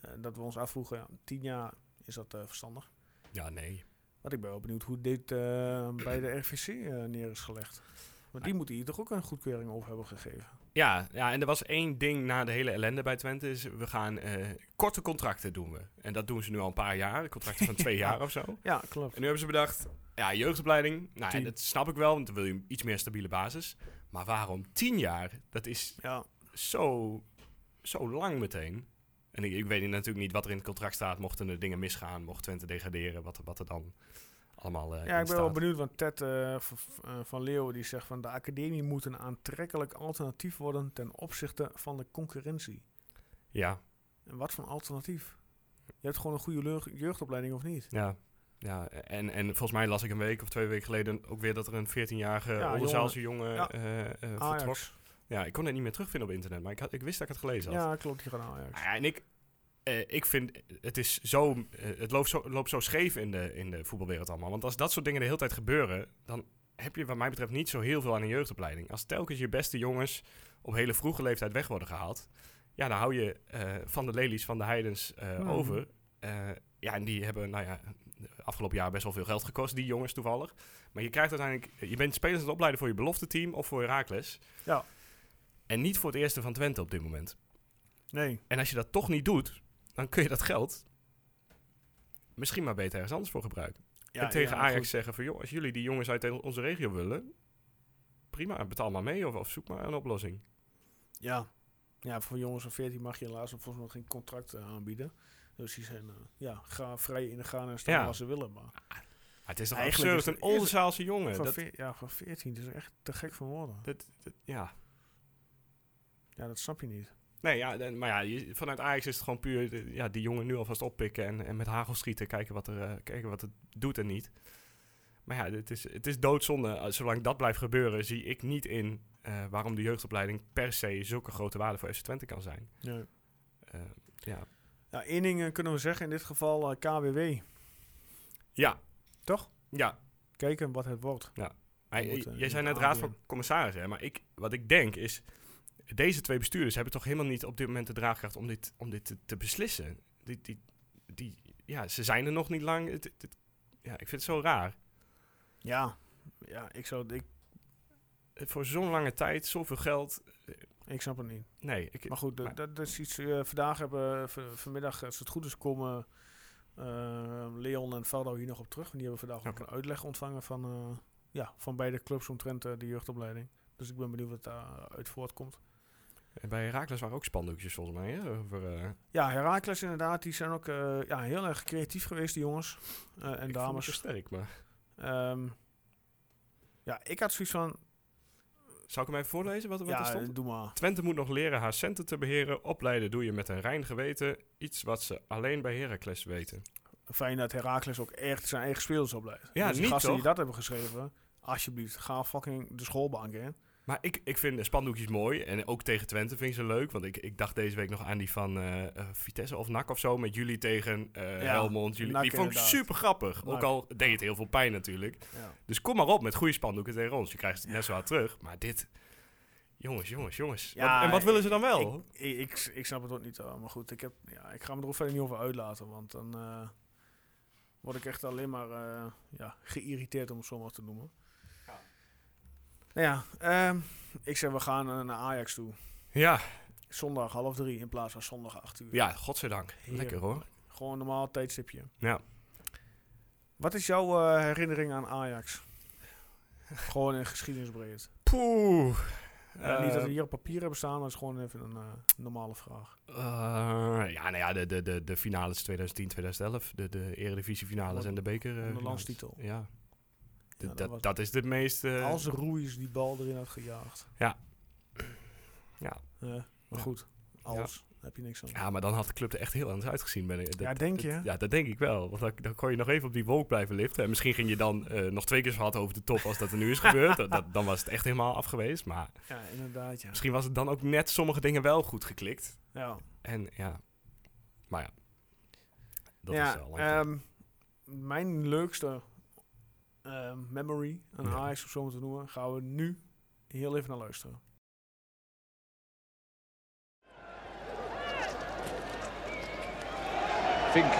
[SPEAKER 1] Eh, dat we ons afvroegen, ja, tien jaar is dat eh, verstandig.
[SPEAKER 2] Ja, nee.
[SPEAKER 1] Want ik ben wel benieuwd hoe dit eh, bij de RVC eh, neer is gelegd. Want die moeten hier toch ook een goedkeuring over hebben gegeven.
[SPEAKER 2] Ja, ja, en er was één ding na de hele ellende bij Twente. Is we gaan eh, korte contracten doen we. En dat doen ze nu al een paar jaar. Contracten van twee jaar of zo.
[SPEAKER 1] Ja, klopt.
[SPEAKER 2] En nu hebben ze bedacht, ja, jeugdopleiding. Nou, ja,
[SPEAKER 1] Tien.
[SPEAKER 2] dat snap ik wel, want dan wil je een iets meer stabiele basis. Maar waarom tien jaar? Dat is
[SPEAKER 1] Ja,
[SPEAKER 2] zo, zo lang meteen. En ik, ik weet natuurlijk niet wat er in het contract staat. Mochten er dingen misgaan, mocht Twente degraderen, wat, er- wat er dan allemaal eh,
[SPEAKER 1] ja
[SPEAKER 2] in
[SPEAKER 1] ik ben wel
[SPEAKER 2] staat.
[SPEAKER 1] benieuwd, want Ted eh, v- v- eh, van Leeuwen die zegt van... De academie moet een aantrekkelijk alternatief worden ten opzichte van de concurrentie.
[SPEAKER 2] Ja,
[SPEAKER 1] En wat voor een alternatief? Je hebt gewoon een goede leug- jeugdopleiding of niet?
[SPEAKER 2] ja. Ja, en, en volgens mij las ik een week of twee weken geleden ook weer dat er een 14-jarige
[SPEAKER 1] Ja,
[SPEAKER 2] Oldenzaalse jongen,
[SPEAKER 1] Ja.
[SPEAKER 2] eh, eh, vertrok.
[SPEAKER 1] Ajax.
[SPEAKER 2] Ja, ik kon het niet meer terugvinden op internet, maar ik, had, ik wist dat ik het gelezen had.
[SPEAKER 1] Ja, klopt. Die gaan naar Ajax.
[SPEAKER 2] Nou Ja, en ik, eh, ik vind, het, is zo, eh, het loopt, zo, loopt zo scheef in de, in de voetbalwereld allemaal. Want als dat soort dingen de hele tijd gebeuren, dan heb je wat mij betreft niet zo heel veel aan een jeugdopleiding. Als telkens je beste jongens op hele vroege leeftijd weg worden gehaald, Ja, dan hou je eh, van de lelies, van de heidens eh,
[SPEAKER 1] Hmm.
[SPEAKER 2] over. Eh, ja, en die hebben, nou ja, afgelopen jaar best wel veel geld gekost, die jongens toevallig. Maar je krijgt uiteindelijk, je bent spelers aan het opleiden voor je belofte team of voor Herakles.
[SPEAKER 1] Ja.
[SPEAKER 2] En niet voor het eerste van Twente op dit moment.
[SPEAKER 1] Nee,
[SPEAKER 2] En als je dat toch niet doet, dan kun je dat geld misschien maar beter ergens anders voor gebruiken.
[SPEAKER 1] ja,
[SPEAKER 2] en tegen
[SPEAKER 1] ja,
[SPEAKER 2] Ajax
[SPEAKER 1] goed.
[SPEAKER 2] zeggen van, joh, als jullie die jongens uit onze regio willen, prima, betaal maar mee of, of zoek maar een oplossing.
[SPEAKER 1] Ja. ja, voor jongens van 14 mag je helaas volgens mij nog geen contract eh, aanbieden. Dus die zijn eh, ja, ga vrij in de gaan en staan
[SPEAKER 2] Ja.
[SPEAKER 1] als ze willen. Maar
[SPEAKER 2] Maar het is toch
[SPEAKER 1] Eigenlijk is
[SPEAKER 2] absurd, een
[SPEAKER 1] het- is het-
[SPEAKER 2] Oldenzaalse jongen.
[SPEAKER 1] van
[SPEAKER 2] Dat,
[SPEAKER 1] veer- Oh ja, van 14 dat is echt te gek van woorden.
[SPEAKER 2] dat- ja.
[SPEAKER 1] Ja, dat snap je niet.
[SPEAKER 2] Nee, ja, en- maar ja, je- vanuit Ajax is het gewoon puur eh, ja, die jongen nu alvast oppikken en, en met hagel schieten, kijken wat, er, eh, kijken wat het doet en niet. Maar ja, het is, het is doodzonde. Eh, Zolang dat blijft gebeuren, zie ik niet in eh, waarom de jeugdopleiding per se zulke grote waarde voor FC Twente kan zijn.
[SPEAKER 1] Nee.
[SPEAKER 2] Eh, ja.
[SPEAKER 1] Ja, één ding eh, kunnen we zeggen, in dit geval eh, KWW.
[SPEAKER 2] ja.
[SPEAKER 1] Toch?
[SPEAKER 2] Ja.
[SPEAKER 1] Kijken wat het wordt.
[SPEAKER 2] Maar,
[SPEAKER 1] moet,
[SPEAKER 2] eh,
[SPEAKER 1] eh,
[SPEAKER 2] jij zei
[SPEAKER 1] moet
[SPEAKER 2] net raad
[SPEAKER 1] aanleren.
[SPEAKER 2] van commissarissen, hè, maar ik, wat ik denk is... Deze twee bestuurders hebben toch helemaal niet op dit moment de draagkracht om dit, om dit te, te beslissen. Die, die, die, ja, ze zijn er nog niet lang. Het, het- het- ja, ik vind het zo raar.
[SPEAKER 1] Ja, ja ik, zou, ik,
[SPEAKER 2] Eh, Voor zo'n lange tijd, zoveel geld.
[SPEAKER 1] ik snap het niet.
[SPEAKER 2] Nee, ik,
[SPEAKER 1] Maar goed, dat-
[SPEAKER 2] Maar-
[SPEAKER 1] dat is iets. eh, vandaag hebben van- vanmiddag, eh, als het goed is, komen eh, Leon en Valdo hier nog op terug. Die hebben vandaag ook
[SPEAKER 2] Oké.
[SPEAKER 1] een uitleg ontvangen van, eh, ja, van beide clubs omtrent eh, de jeugdopleiding. Dus ik ben benieuwd wat daaruit voortkomt.
[SPEAKER 2] en eh, bij Herakles waren ook spandoekjes volgens mij. Hè, over, eh,
[SPEAKER 1] Ja, Herakles inderdaad, die zijn ook eh, ja, heel erg creatief geweest, die jongens eh, en
[SPEAKER 2] ik vond het zo
[SPEAKER 1] dames.
[SPEAKER 2] sterk, maar...
[SPEAKER 1] Ehm, ja, ik had zoiets van,
[SPEAKER 2] Zou ik hem even voorlezen wat, er- wat er
[SPEAKER 1] ja, eh,
[SPEAKER 2] stond?
[SPEAKER 1] doe maar.
[SPEAKER 2] Twente moet nog leren haar centen te beheren. Opleiden doe je met een rein geweten. Iets wat ze alleen bij Heracles weten.
[SPEAKER 1] Fijn dat Herakles ook echt zijn eigen spelers opleidt.
[SPEAKER 2] Ja,
[SPEAKER 1] dus die
[SPEAKER 2] niet,
[SPEAKER 1] gasten die
[SPEAKER 2] toch?
[SPEAKER 1] dat hebben geschreven, alsjeblieft, ga fucking de schoolbank in.
[SPEAKER 2] Maar ik, ik vind de spandoekjes mooi. En ook tegen Twente vind ik ze leuk. Want ik, ik dacht deze week nog aan die van eh, eh, Vitesse of NAC of zo. Met jullie tegen eh,
[SPEAKER 1] Ja,
[SPEAKER 2] Helmond. Jullie,
[SPEAKER 1] NAC
[SPEAKER 2] die vond ik
[SPEAKER 1] inderdaad.
[SPEAKER 2] super grappig.
[SPEAKER 1] NAC.
[SPEAKER 2] Ook al deed het heel veel pijn natuurlijk.
[SPEAKER 1] Ja.
[SPEAKER 2] Dus kom maar op met goede spandoeken tegen ons. Je krijgt het net zo hard terug. Maar dit... Jongens, jongens, jongens.
[SPEAKER 1] Ja,
[SPEAKER 2] Wat- en wat willen ze dan wel?
[SPEAKER 1] Ik, ik, ik, ik snap het ook niet, hoor. maar goed, ik, heb, ja, ik ga me er ook verder niet over uitlaten, want dan eh, word ik echt alleen maar eh, ja, geïrriteerd, om het zo maar te noemen. Nou ja, ehm, ik zeg, we gaan eh, naar Ajax toe.
[SPEAKER 2] Ja,
[SPEAKER 1] Zondag half drie in plaats van zondag acht uur.
[SPEAKER 2] ja, godzijdank. Lekker
[SPEAKER 1] Heerlijk.
[SPEAKER 2] hoor.
[SPEAKER 1] Gewoon een normaal tijdstipje.
[SPEAKER 2] Ja.
[SPEAKER 1] Wat is jouw eh, herinnering aan Ajax? gewoon in geschiedenisbreed.
[SPEAKER 2] Poeh.
[SPEAKER 1] Eh, niet dat
[SPEAKER 2] Eh,
[SPEAKER 1] we hier op papier hebben staan, maar het is gewoon even een eh, normale vraag.
[SPEAKER 2] Eh, ja, nou ja, de, de, de, de finales 2010, 2011. De, de eredivisie finales
[SPEAKER 1] Wat-
[SPEAKER 2] en de beker. eh,
[SPEAKER 1] de
[SPEAKER 2] finales.
[SPEAKER 1] landstitel.
[SPEAKER 2] Ja. D-
[SPEAKER 1] Ja, dat
[SPEAKER 2] dat,
[SPEAKER 1] was-
[SPEAKER 2] dat, is de meest... eh,
[SPEAKER 1] Als Ruiz die bal erin had gejaagd.
[SPEAKER 2] Ja. Ja.
[SPEAKER 1] Eh, maar
[SPEAKER 2] Ja.
[SPEAKER 1] goed, als heb je niks aan.
[SPEAKER 2] Ja, maar dan had de club er echt heel anders uitgezien. Ben ik. Dat-
[SPEAKER 1] Ja, denk
[SPEAKER 2] dat-
[SPEAKER 1] je?
[SPEAKER 2] ja, dat denk ik wel. Want dan, dan kon je nog even op die wolk blijven liften. En misschien ging je dan eh, nog twee keer zo hard over de top als dat er nu is gebeurd. Dat, dat- dan was het echt helemaal af geweest. Maar
[SPEAKER 1] Ja, inderdaad, ja.
[SPEAKER 2] misschien was het dan ook net sommige dingen wel goed geklikt.
[SPEAKER 1] Ja,
[SPEAKER 2] En ja... Maar ja. Dat
[SPEAKER 1] Ja,
[SPEAKER 2] is al lang geleden.
[SPEAKER 1] ehm, mijn leukste ehm, memory, een
[SPEAKER 2] Ja.
[SPEAKER 1] Ajax of zo maar te noemen, gaan we nu heel even naar luisteren.
[SPEAKER 6] Vink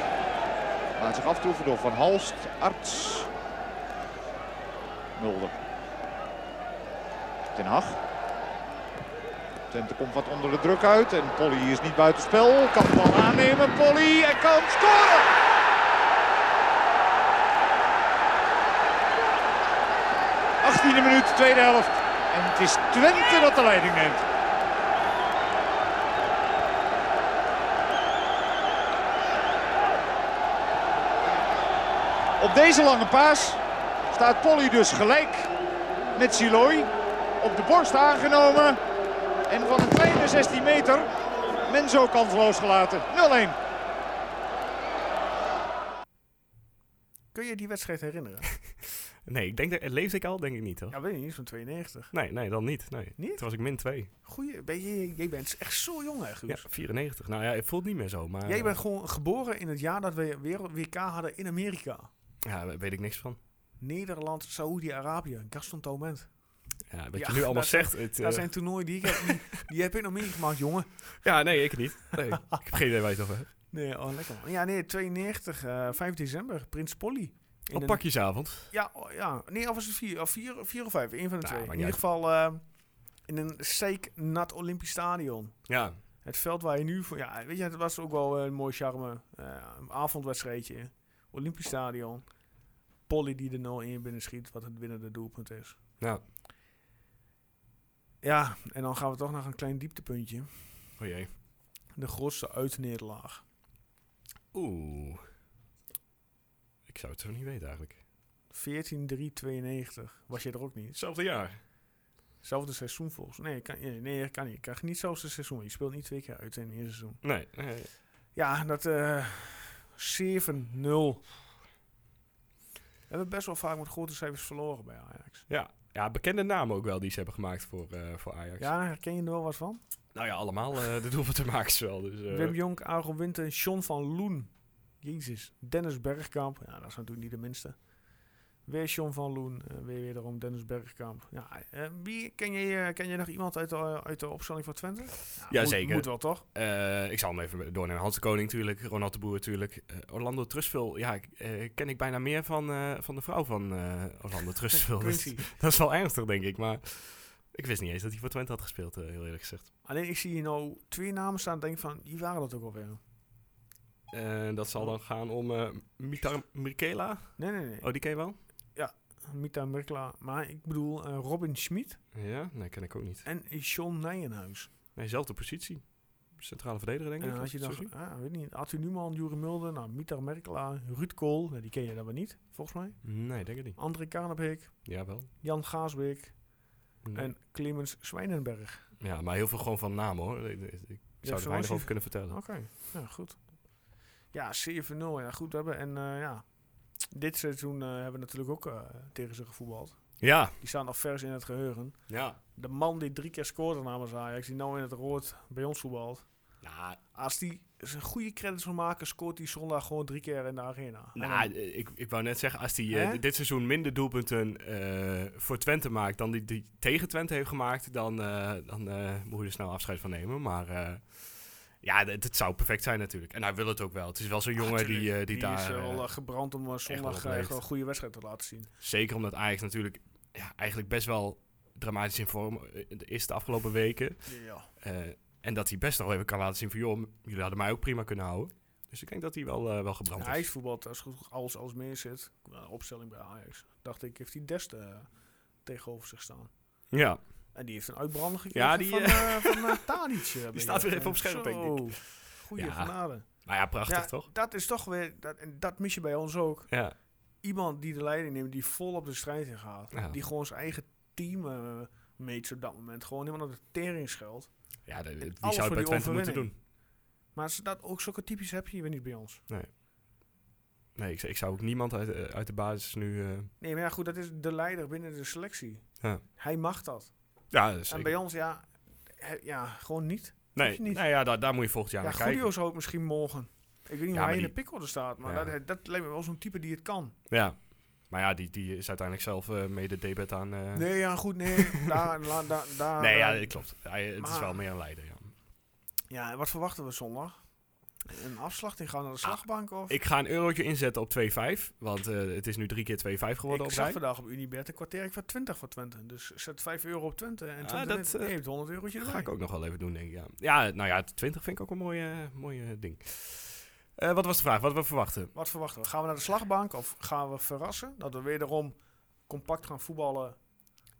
[SPEAKER 6] laat zich aftroeven door Van Halst, Arts, Mulder, Ten Hag. Twente komt wat onder de druk uit en Polly is niet buitenspel. Kan de bal aannemen, Polly en kan scoren! e minuut, tweede helft. En het is Twente dat de leiding neemt. Op deze lange paas staat Polly dus gelijk met Siloy. Op de borst aangenomen. En van een kleine 16 meter Menzo kansloos gelaten. 0-1.
[SPEAKER 1] Kun je die wedstrijd herinneren?
[SPEAKER 2] Nee, ik denk dat... Leefde ik al? Denk ik niet, hoor.
[SPEAKER 1] ja, weet je niet, zo'n 92.
[SPEAKER 2] Nee, nee, dan niet. Nee.
[SPEAKER 1] Niet?
[SPEAKER 2] Toen was ik min 2.
[SPEAKER 1] Goeie, ben je, jij bent echt zo jong hè,
[SPEAKER 2] Ja,
[SPEAKER 1] Guus.
[SPEAKER 2] 94. Nou ja, het voelt niet meer zo, maar...
[SPEAKER 1] Jij bent gewoon geboren in het jaar dat we weer WK hadden in Amerika.
[SPEAKER 2] Ja, daar weet ik niks van.
[SPEAKER 1] Nederland, Saoedi-Arabië, Gaston Toment.
[SPEAKER 2] Ja, wat
[SPEAKER 1] Ja,
[SPEAKER 2] je nu allemaal
[SPEAKER 1] dat-
[SPEAKER 2] zegt. Het,
[SPEAKER 1] Dat
[SPEAKER 2] eh,
[SPEAKER 1] zijn toernooien die ik heb, die, die heb ik nog meegemaakt, jongen.
[SPEAKER 2] Ja, nee, ik niet. Nee, ik heb geen idee waar je het over hebt.
[SPEAKER 1] Nee, oh, lekker man. Ja, nee, 92, eh 5 december, Prins Polly. In
[SPEAKER 2] Op
[SPEAKER 1] een-
[SPEAKER 2] pakjesavond.
[SPEAKER 1] Ja, oh, ja, nee, of was het 4 of, vier, vier of 5, een van de
[SPEAKER 2] Nou,
[SPEAKER 1] twee. In
[SPEAKER 2] maakt
[SPEAKER 1] ieder
[SPEAKER 2] niet
[SPEAKER 1] geval eh, in een zeiknat Olympisch stadion.
[SPEAKER 2] Ja,
[SPEAKER 1] Het veld waar je nu voor... Ja, weet je, het was ook wel een mooi charme. eh, een avondwedstrijdje. Olympisch stadion. Polly die er 0-1 binnen schiet, wat het winnende doelpunt is.
[SPEAKER 2] nou,
[SPEAKER 1] Ja, en dan gaan we toch naar een klein dieptepuntje.
[SPEAKER 2] o Oh jee.
[SPEAKER 1] De grootste uitnederlaag.
[SPEAKER 2] Oeh. Ik zou het zo niet weten eigenlijk.
[SPEAKER 1] 14-3-92. Was je er ook niet?
[SPEAKER 2] Hetzelfde jaar.
[SPEAKER 1] Hetzelfde seizoen volgens Nee, je kan, nee, nee, je kan niet. Je krijgt niet hetzelfde seizoen. Je speelt niet twee keer uit in één seizoen.
[SPEAKER 2] Nee. nee.
[SPEAKER 1] Ja, dat eh 7-0. We hebben best wel vaak met grote cijfers verloren bij Ajax.
[SPEAKER 2] Ja. ja, bekende namen ook wel die ze hebben gemaakt voor, eh, voor Ajax.
[SPEAKER 1] Ja, herken je er wel wat van?
[SPEAKER 2] Nou ja, allemaal eh de doelpunten maken ze wel. Dus, eh,
[SPEAKER 1] Wim Jonk, Argo Winter, John van Loen. Jezus. Dennis Bergkamp. Ja, dat is natuurlijk niet de minste. Weer John van Loen. eh, weer weer daarom Dennis Bergkamp. Ja, eh, wie, ken, je, eh, ken je nog iemand uit de, eh, uit de opstelling van Twente?
[SPEAKER 2] Ja,
[SPEAKER 1] moet-
[SPEAKER 2] zeker.
[SPEAKER 1] Moet wel, toch?
[SPEAKER 2] Eh, ik zal hem even doornemen. Hans de Koning natuurlijk, Ronald de Boer natuurlijk. eh, Orlando Trusville, ja, ik, eh, ken ik bijna meer van, eh, van de vrouw van eh, Orlando Trusville. dat,
[SPEAKER 1] Quincy.
[SPEAKER 2] dat is wel ernstig, denk ik. Maar ik wist niet eens dat hij voor Twente had gespeeld, eh, heel eerlijk gezegd.
[SPEAKER 1] Alleen ik zie hier nou twee namen staan en denk van, die waren dat ook alweer.
[SPEAKER 2] En dat
[SPEAKER 1] Oh.
[SPEAKER 2] zal dan gaan om eh Mitar Mirkela.
[SPEAKER 1] Nee, nee, nee.
[SPEAKER 2] Oh, die ken je wel?
[SPEAKER 1] Mita Merkla. Maar ik bedoel eh, Robin Schmid
[SPEAKER 2] Ja, nee, ken ik ook niet.
[SPEAKER 1] en John Nijenhuis.
[SPEAKER 2] Nee, zelfde positie. Centrale verdediger, denk
[SPEAKER 1] En
[SPEAKER 2] ik.
[SPEAKER 1] dan
[SPEAKER 2] als
[SPEAKER 1] had je
[SPEAKER 2] ik het
[SPEAKER 1] dan,
[SPEAKER 2] zo zie.
[SPEAKER 1] ah, weet niet, Arthur Newman, Jure Mulder, nou, Mita Merkla, Ruud Kool. Nou, die ken je dan wel niet, volgens mij.
[SPEAKER 2] Nee, denk ik niet.
[SPEAKER 1] André Karnebek,
[SPEAKER 2] Jawel.
[SPEAKER 1] Jan Gaasbeek
[SPEAKER 2] Nee.
[SPEAKER 1] en Clemens Zwijnenberg.
[SPEAKER 2] Ja, maar heel veel gewoon van naam, hoor. Ik, ik- ik zou
[SPEAKER 1] zoals
[SPEAKER 2] er weinig
[SPEAKER 1] je-
[SPEAKER 2] over kunnen vertellen.
[SPEAKER 1] Oké, ja, goed. Ja, 7-0. Ja, goed hebben. En eh, ja, dit seizoen eh, hebben we natuurlijk ook eh, tegen ze gevoetbald.
[SPEAKER 2] Ja,
[SPEAKER 1] Die staan nog vers in het geheugen.
[SPEAKER 2] ja.
[SPEAKER 1] De man die drie keer scoorde namens Ajax, die nou in het rood bij ons voetbalt.
[SPEAKER 2] Nou,
[SPEAKER 1] Als die zijn goede credits wil maken, scoort hij zondag gewoon drie keer in de arena.
[SPEAKER 2] Nou, eh, ik, ik wou net zeggen, als hij
[SPEAKER 1] Hè?
[SPEAKER 2] dit seizoen minder doelpunten eh, voor Twente maakt dan die, die tegen Twente heeft gemaakt, dan, eh, dan eh, moet je er snel afscheid van nemen. Maar eh, ja, het, het zou perfect zijn natuurlijk. En hij wil het ook wel. Het is wel zo'n jongen die, eh, die, daar...
[SPEAKER 1] is
[SPEAKER 2] eh,
[SPEAKER 1] wel eh, gebrand om eh,
[SPEAKER 2] wel
[SPEAKER 1] zondag eh,
[SPEAKER 2] opleeft.
[SPEAKER 1] gewoon een goede wedstrijd te laten zien.
[SPEAKER 2] zeker omdat Ajax natuurlijk ja, eigenlijk best wel dramatisch in vorm eh, is de afgelopen weken.
[SPEAKER 1] Ja.
[SPEAKER 2] Eh, en dat hij best nog even kan laten zien van, joh, jullie hadden mij ook prima kunnen houden. Dus ik denk dat hij wel, eh, wel gebrand
[SPEAKER 1] Hij
[SPEAKER 2] is.
[SPEAKER 1] is voetbalt als goed alles als meer zit. Qua opstelling bij Ajax. Dacht ik, heeft hij Dest eh, tegenover zich staan.
[SPEAKER 2] Ja.
[SPEAKER 1] En die heeft een uitbrander gekregen
[SPEAKER 2] Ja, die,
[SPEAKER 1] van, eh van eh, Tadic. eh,
[SPEAKER 2] Die staat weer even op scherp, denk ik.
[SPEAKER 1] Zo. Goeie
[SPEAKER 2] Ja.
[SPEAKER 1] genade.
[SPEAKER 2] Maar Nou ja, prachtig
[SPEAKER 1] Ja,
[SPEAKER 2] toch?
[SPEAKER 1] Dat is toch weer, dat, en dat mis je bij ons ook.
[SPEAKER 2] Ja.
[SPEAKER 1] iemand die de leiding neemt, die vol op de strijd in gaat.
[SPEAKER 2] Ja.
[SPEAKER 1] Die gewoon zijn eigen team eh meet op dat moment. Gewoon helemaal naar de tering scheldt.
[SPEAKER 2] Ja, de, die
[SPEAKER 1] alles
[SPEAKER 2] zou het
[SPEAKER 1] voor
[SPEAKER 2] bij
[SPEAKER 1] die
[SPEAKER 2] Twente moeten
[SPEAKER 1] overwinning.
[SPEAKER 2] doen.
[SPEAKER 1] Maar ze- dat, ook zulke typisch heb je weer niet bij ons.
[SPEAKER 2] Nee, ik, ik zou ook niemand uit, eh, uit de basis nu... eh,
[SPEAKER 1] Nee, maar ja, goed, dat is de leider binnen de selectie.
[SPEAKER 2] Ja.
[SPEAKER 1] Hij mag dat.
[SPEAKER 2] ja, dus
[SPEAKER 1] En
[SPEAKER 2] ik-
[SPEAKER 1] bij ons, ja, he- ja gewoon niet.
[SPEAKER 2] nee,
[SPEAKER 1] hoef je niet.
[SPEAKER 2] nou ja, daar, daar moet je volgend jaar
[SPEAKER 1] Ja,
[SPEAKER 2] naar kijken.
[SPEAKER 1] Gudio's hoopt misschien morgen. Ik weet niet
[SPEAKER 2] Ja,
[SPEAKER 1] waar
[SPEAKER 2] maar
[SPEAKER 1] hij in
[SPEAKER 2] die-
[SPEAKER 1] de pikorde staat, maar
[SPEAKER 2] Ja.
[SPEAKER 1] dat, dat lijkt me wel zo'n type die het kan.
[SPEAKER 2] Ja. Maar ja, die, die is uiteindelijk zelf eh, mede debet aan... eh, nee,
[SPEAKER 1] Nee, ja, goed, nee. daar, la- daar, daar,
[SPEAKER 2] ja,
[SPEAKER 1] daar-
[SPEAKER 2] dat klopt. Hij, het is
[SPEAKER 1] Maar-
[SPEAKER 2] wel meer een leider, ja.
[SPEAKER 1] ja, en wat verwachten we zondag? Een afslachting? Gaan we naar de slagbank? Of?
[SPEAKER 2] Ah, Ik ga een eurotje inzetten op 2,5. Want eh, het is nu drie keer 2,5 geworden
[SPEAKER 1] ik
[SPEAKER 2] op
[SPEAKER 1] zag
[SPEAKER 2] rij.
[SPEAKER 1] vandaag op Unibet een kwartier ik voor 20 voor Twente. Dus zet 5 euro op Twente en
[SPEAKER 2] Ah,
[SPEAKER 1] Twente
[SPEAKER 2] dat,
[SPEAKER 1] net-
[SPEAKER 2] eh,
[SPEAKER 1] heeft 100 eurotje
[SPEAKER 2] Dat
[SPEAKER 1] erbij.
[SPEAKER 2] ga ik ook nog wel even doen, denk ik. Ja, ja nou ja, 20 vind ik ook een mooi, eh, mooi eh, ding. Eh, wat was de vraag? Wat we verwachten?
[SPEAKER 1] Wat verwachten we? Gaan we naar de slagbank of gaan we verrassen? Dat we wederom compact gaan voetballen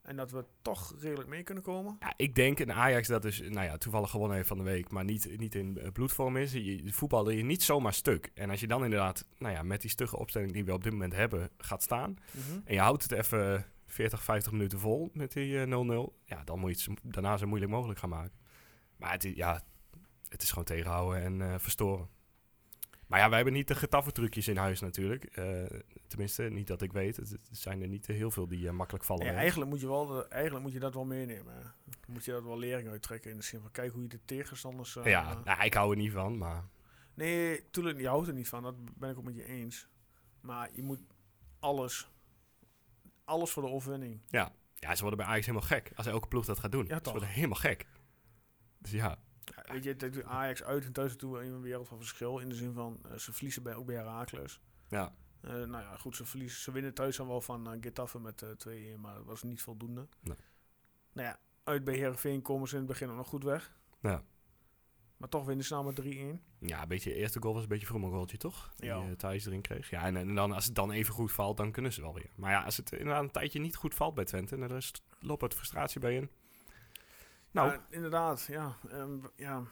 [SPEAKER 1] en dat we toch redelijk mee kunnen komen?
[SPEAKER 2] Ja, ik denk een Ajax dat dus nou ja, toevallig gewonnen heeft van de week, maar niet, niet in eh, bloedvorm is. Je, je voetbalde je niet zomaar stuk. En als je dan inderdaad nou ja, met die stugge opstelling die we op dit moment hebben gaat staan. En je houdt het even 40, 50 minuten vol met die eh, 0-0. Ja, dan moet je het zo- daarna zo moeilijk mogelijk gaan maken. Maar het, i- ja, het is gewoon tegenhouden en eh, verstoren. Maar ja, wij hebben niet de getafeltrucjes in huis natuurlijk. Eh, tenminste, niet dat ik weet. Het, het zijn er niet eh, heel veel die eh, makkelijk vallen.
[SPEAKER 1] Ja,
[SPEAKER 2] bij ons.
[SPEAKER 1] eigenlijk, moet je wel de- eigenlijk moet je dat wel meenemen. hè. Dan moet je dat wel lering uittrekken in de zin van kijk hoe je de tegenstanders... eh,
[SPEAKER 2] Ja, nou, ik hou er niet van, maar...
[SPEAKER 1] Nee, tuurlijk, je houdt er niet van. Dat ben ik ook met je eens. Maar je moet alles, alles voor de overwinning.
[SPEAKER 2] Ja, Ja, ze worden bij Ajax helemaal gek. Als elke ploeg dat gaat doen.
[SPEAKER 1] Ja,
[SPEAKER 2] ze
[SPEAKER 1] toch.
[SPEAKER 2] worden helemaal gek. Dus ja,
[SPEAKER 1] Ja, Weet je, het doet Ajax uit en thuis toe een wereld van verschil. In de zin van, eh, ze verliezen bij, ook bij Herakles.
[SPEAKER 2] ja.
[SPEAKER 1] Eh, nou ja, goed, ze, verliezen, ze winnen thuis dan wel van eh, Getafe met eh 2-1, maar dat was niet voldoende.
[SPEAKER 2] Nee.
[SPEAKER 1] Nou ja, uit bij Heerenveen komen ze in het begin ook nog goed weg.
[SPEAKER 2] Ja.
[SPEAKER 1] Maar toch winnen ze nou met 3-1.
[SPEAKER 2] ja een beetje, de eerste goal was een beetje voor mijn goaltje, toch? Die
[SPEAKER 1] Ja.
[SPEAKER 2] eh, Thijs erin kreeg. Ja, en, en dan, als het dan even goed valt, dan kunnen ze wel weer. Maar ja, als het inderdaad een tijdje niet goed valt bij Twente, nou, dan is- loopt wat frustratie bij in. Nou,
[SPEAKER 1] Ja, inderdaad, ja, ehm, w- ja.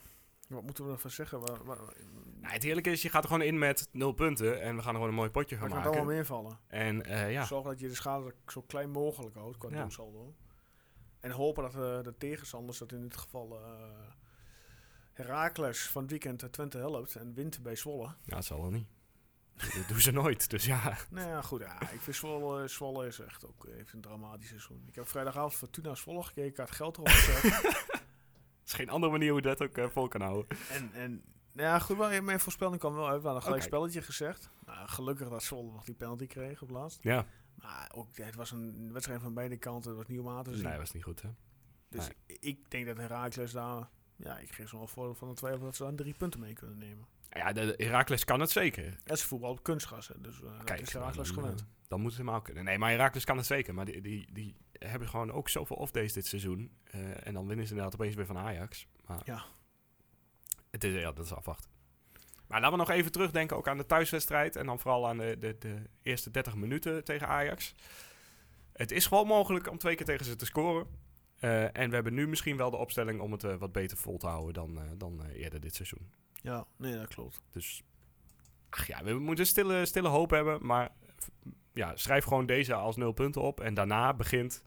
[SPEAKER 1] Wat moeten we ervan zeggen? Waar, waar, waar
[SPEAKER 2] nou, het heerlijke is, je gaat er gewoon in met nul punten en we gaan er gewoon een mooi potje gaan
[SPEAKER 1] kan het allemaal
[SPEAKER 2] maken.
[SPEAKER 1] meevallen?
[SPEAKER 2] En eh, ja,
[SPEAKER 1] Zorg dat je de schade zo klein mogelijk houdt qua
[SPEAKER 2] Ja.
[SPEAKER 1] doelsaldo. En hopen dat eh, de tegenstanders, dat in dit geval eh Herakles van het weekend eh, Twente helpt en wint bij Zwolle.
[SPEAKER 2] ja, het zal wel niet. dat doen ze nooit, dus ja.
[SPEAKER 1] Nou ja, goed. Ja, ik vind Zwolle, eh, Zwolle is echt ook eh, even een dramatisch seizoen. Ik heb vrijdagavond Fortuna Zwolle gekeken. Ik had geld erop gezet.
[SPEAKER 2] is geen andere manier hoe je dat ook eh, vol kan houden.
[SPEAKER 1] en, en nou ja, goed. Wel, mijn voorspelling kwam wel uit. We hadden een gelijk
[SPEAKER 2] Oké.
[SPEAKER 1] spelletje gezegd. Nou, gelukkig dat Zwolle nog die penalty kreeg op laatst.
[SPEAKER 2] Ja.
[SPEAKER 1] Maar ook, het was een wedstrijd van beide kanten. Het was niet om aan te zien.
[SPEAKER 2] Nee, was niet goed, hè?
[SPEAKER 1] dus ik denk dat Herakles daar... Ja, ik geef ze wel voor van de twijfel dat ze daar drie punten mee kunnen nemen.
[SPEAKER 2] Ja, de, de Heracles kan het zeker.
[SPEAKER 1] En ze voetbal op kunstgras, hè, dus eh dat
[SPEAKER 2] Kijk,
[SPEAKER 1] is
[SPEAKER 2] maar
[SPEAKER 1] Herakles
[SPEAKER 2] dan,
[SPEAKER 1] gewend.
[SPEAKER 2] eh, Dan moet het helemaal kunnen. Nee, maar Heracles kan het zeker. Maar die, die, die hebben gewoon ook zoveel off-days dit seizoen. Eh, en dan winnen ze inderdaad opeens weer van Ajax. Maar
[SPEAKER 1] Ja.
[SPEAKER 2] Het is, ja, dat is afwachten. Maar laten we nog even terugdenken ook aan de thuiswedstrijd. En dan vooral aan de, de, de eerste 30 minuten tegen Ajax. Het is gewoon mogelijk om twee keer tegen ze te scoren. Eh, en we hebben nu misschien wel de opstelling om het eh, wat beter vol te houden dan, eh, dan eh, eerder dit seizoen.
[SPEAKER 1] Ja, nee, dat klopt.
[SPEAKER 2] Dus ach ja, we moeten stille, stille hoop hebben. Maar f- ja, schrijf gewoon deze als nul punten op. En daarna begint,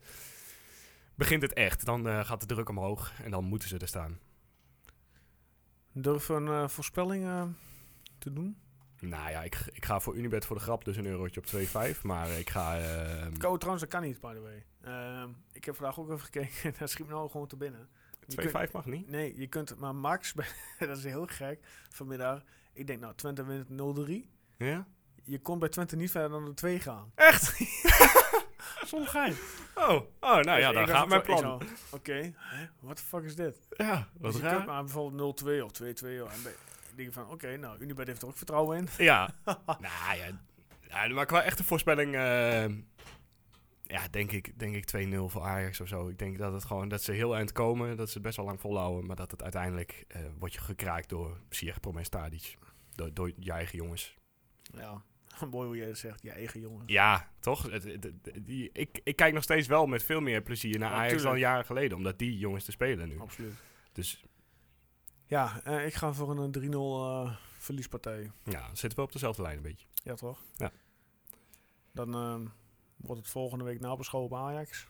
[SPEAKER 2] begint het echt. Dan eh, gaat de druk omhoog en dan moeten ze er staan.
[SPEAKER 1] Durf een eh, voorspelling eh, te doen?
[SPEAKER 2] Nou ja, ik, ik ga voor Unibet voor de grap dus een eurotje op 2,5. Maar ik ga... ehm,
[SPEAKER 1] Kou trouwens, dat kan niet, by the way. Ehm, ik heb vandaag ook even gekeken. dat schiet me nou gewoon te binnen. Je kunt-
[SPEAKER 2] 2,5 mag niet.
[SPEAKER 1] nee, je kunt maar max. bij- dat is heel gek. Vanmiddag. Ik denk, nou, Twente wint 0-3.
[SPEAKER 2] Ja?
[SPEAKER 1] Je kon bij Twente niet verder dan de 2 gaan.
[SPEAKER 2] Echt?
[SPEAKER 1] Soms gein.
[SPEAKER 2] Oh, oh nou ja, dan gaat mijn plan.
[SPEAKER 1] Oké, hè, what the fuck is dit?
[SPEAKER 2] Ja,
[SPEAKER 1] Dus
[SPEAKER 2] wat
[SPEAKER 1] je kunt
[SPEAKER 2] raar.
[SPEAKER 1] maar bijvoorbeeld 0-2 of 2-2. of- En bij- ik denk van, oké, nou, Unibet heeft er ook vertrouwen in.
[SPEAKER 2] Ja. nou ja, ja, maar qua echte voorspelling... eh, ja, denk ik, denk ik 2-0 voor Ajax of zo. Ik denk dat, het gewoon, dat ze heel eind komen. Dat ze het best wel lang volhouden. Maar dat het uiteindelijk eh wordt je gekraakt door Sierg Promes Tadic. Door, door je eigen jongens.
[SPEAKER 1] Ja, mooi hoe jij dat zegt. Je eigen jongen.
[SPEAKER 2] Ja, toch? Het- het- het- die, ik, ik kijk nog steeds wel met veel meer plezier naar
[SPEAKER 1] Ja,
[SPEAKER 2] Ajax dan
[SPEAKER 1] tuurlijk.
[SPEAKER 2] jaren geleden. Omdat die jongens te spelen nu.
[SPEAKER 1] Absoluut.
[SPEAKER 2] Dus
[SPEAKER 1] Ja, eh, ik ga voor een eh, 3-0 eh, verliespartij.
[SPEAKER 2] ja, zitten we op dezelfde lijn een beetje.
[SPEAKER 1] Ja, toch?
[SPEAKER 2] Ja.
[SPEAKER 1] Dan ehm, wordt het volgende week nabeschouwen op Ajax.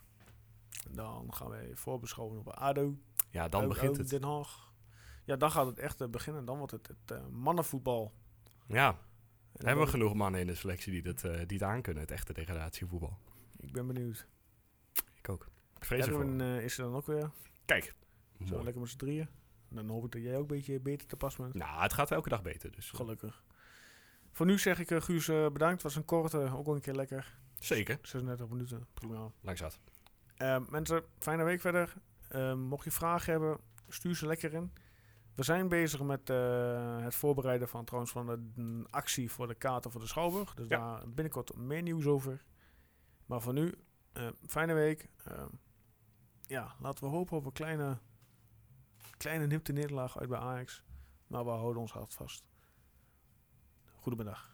[SPEAKER 1] En Dan gaan wij voorbeschouwen op ADO.
[SPEAKER 2] Ja, dan
[SPEAKER 1] ADO,
[SPEAKER 2] begint het.
[SPEAKER 1] Den Haag. Ja, dan gaat het echt eh, beginnen. Dan wordt het het eh, mannenvoetbal.
[SPEAKER 2] Ja,
[SPEAKER 1] En
[SPEAKER 2] dan
[SPEAKER 1] dan
[SPEAKER 2] hebben we
[SPEAKER 1] ben
[SPEAKER 2] genoeg mannen in de selectie die, dat, eh, die het aankunnen. Het echte degradatievoetbal.
[SPEAKER 1] ik- Ik ben benieuwd.
[SPEAKER 2] Ik ook. Ik vrees ervoor.
[SPEAKER 1] Edwin eh, is er dan ook weer.
[SPEAKER 2] Kijk.
[SPEAKER 1] Zo
[SPEAKER 2] Mooi.
[SPEAKER 1] lekker met z'n drieën. En dan hoop ik dat jij ook een beetje beter te pas bent.
[SPEAKER 2] Nou, het gaat elke dag beter, dus.
[SPEAKER 1] Gelukkig. Voor nu zeg ik eh, Guus eh, bedankt. Was een korte, ook wel een keer lekker.
[SPEAKER 2] Zeker.
[SPEAKER 1] 36 minuten. Prima.
[SPEAKER 2] Langs dat.
[SPEAKER 1] Eh, mensen, fijne week verder. Eh, mocht je vragen hebben, stuur ze lekker in. We zijn bezig met eh, het voorbereiden van, trouwens, van de mm, actie voor de kaarten voor de Schouwburg. Dus
[SPEAKER 2] Ja.
[SPEAKER 1] daar binnenkort meer nieuws over. Maar voor nu, eh, fijne week. Eh, ja, laten we hopen op een kleine, kleine nipte nederlaag uit bij Ajax. Maar we houden ons hart vast. Goedemiddag.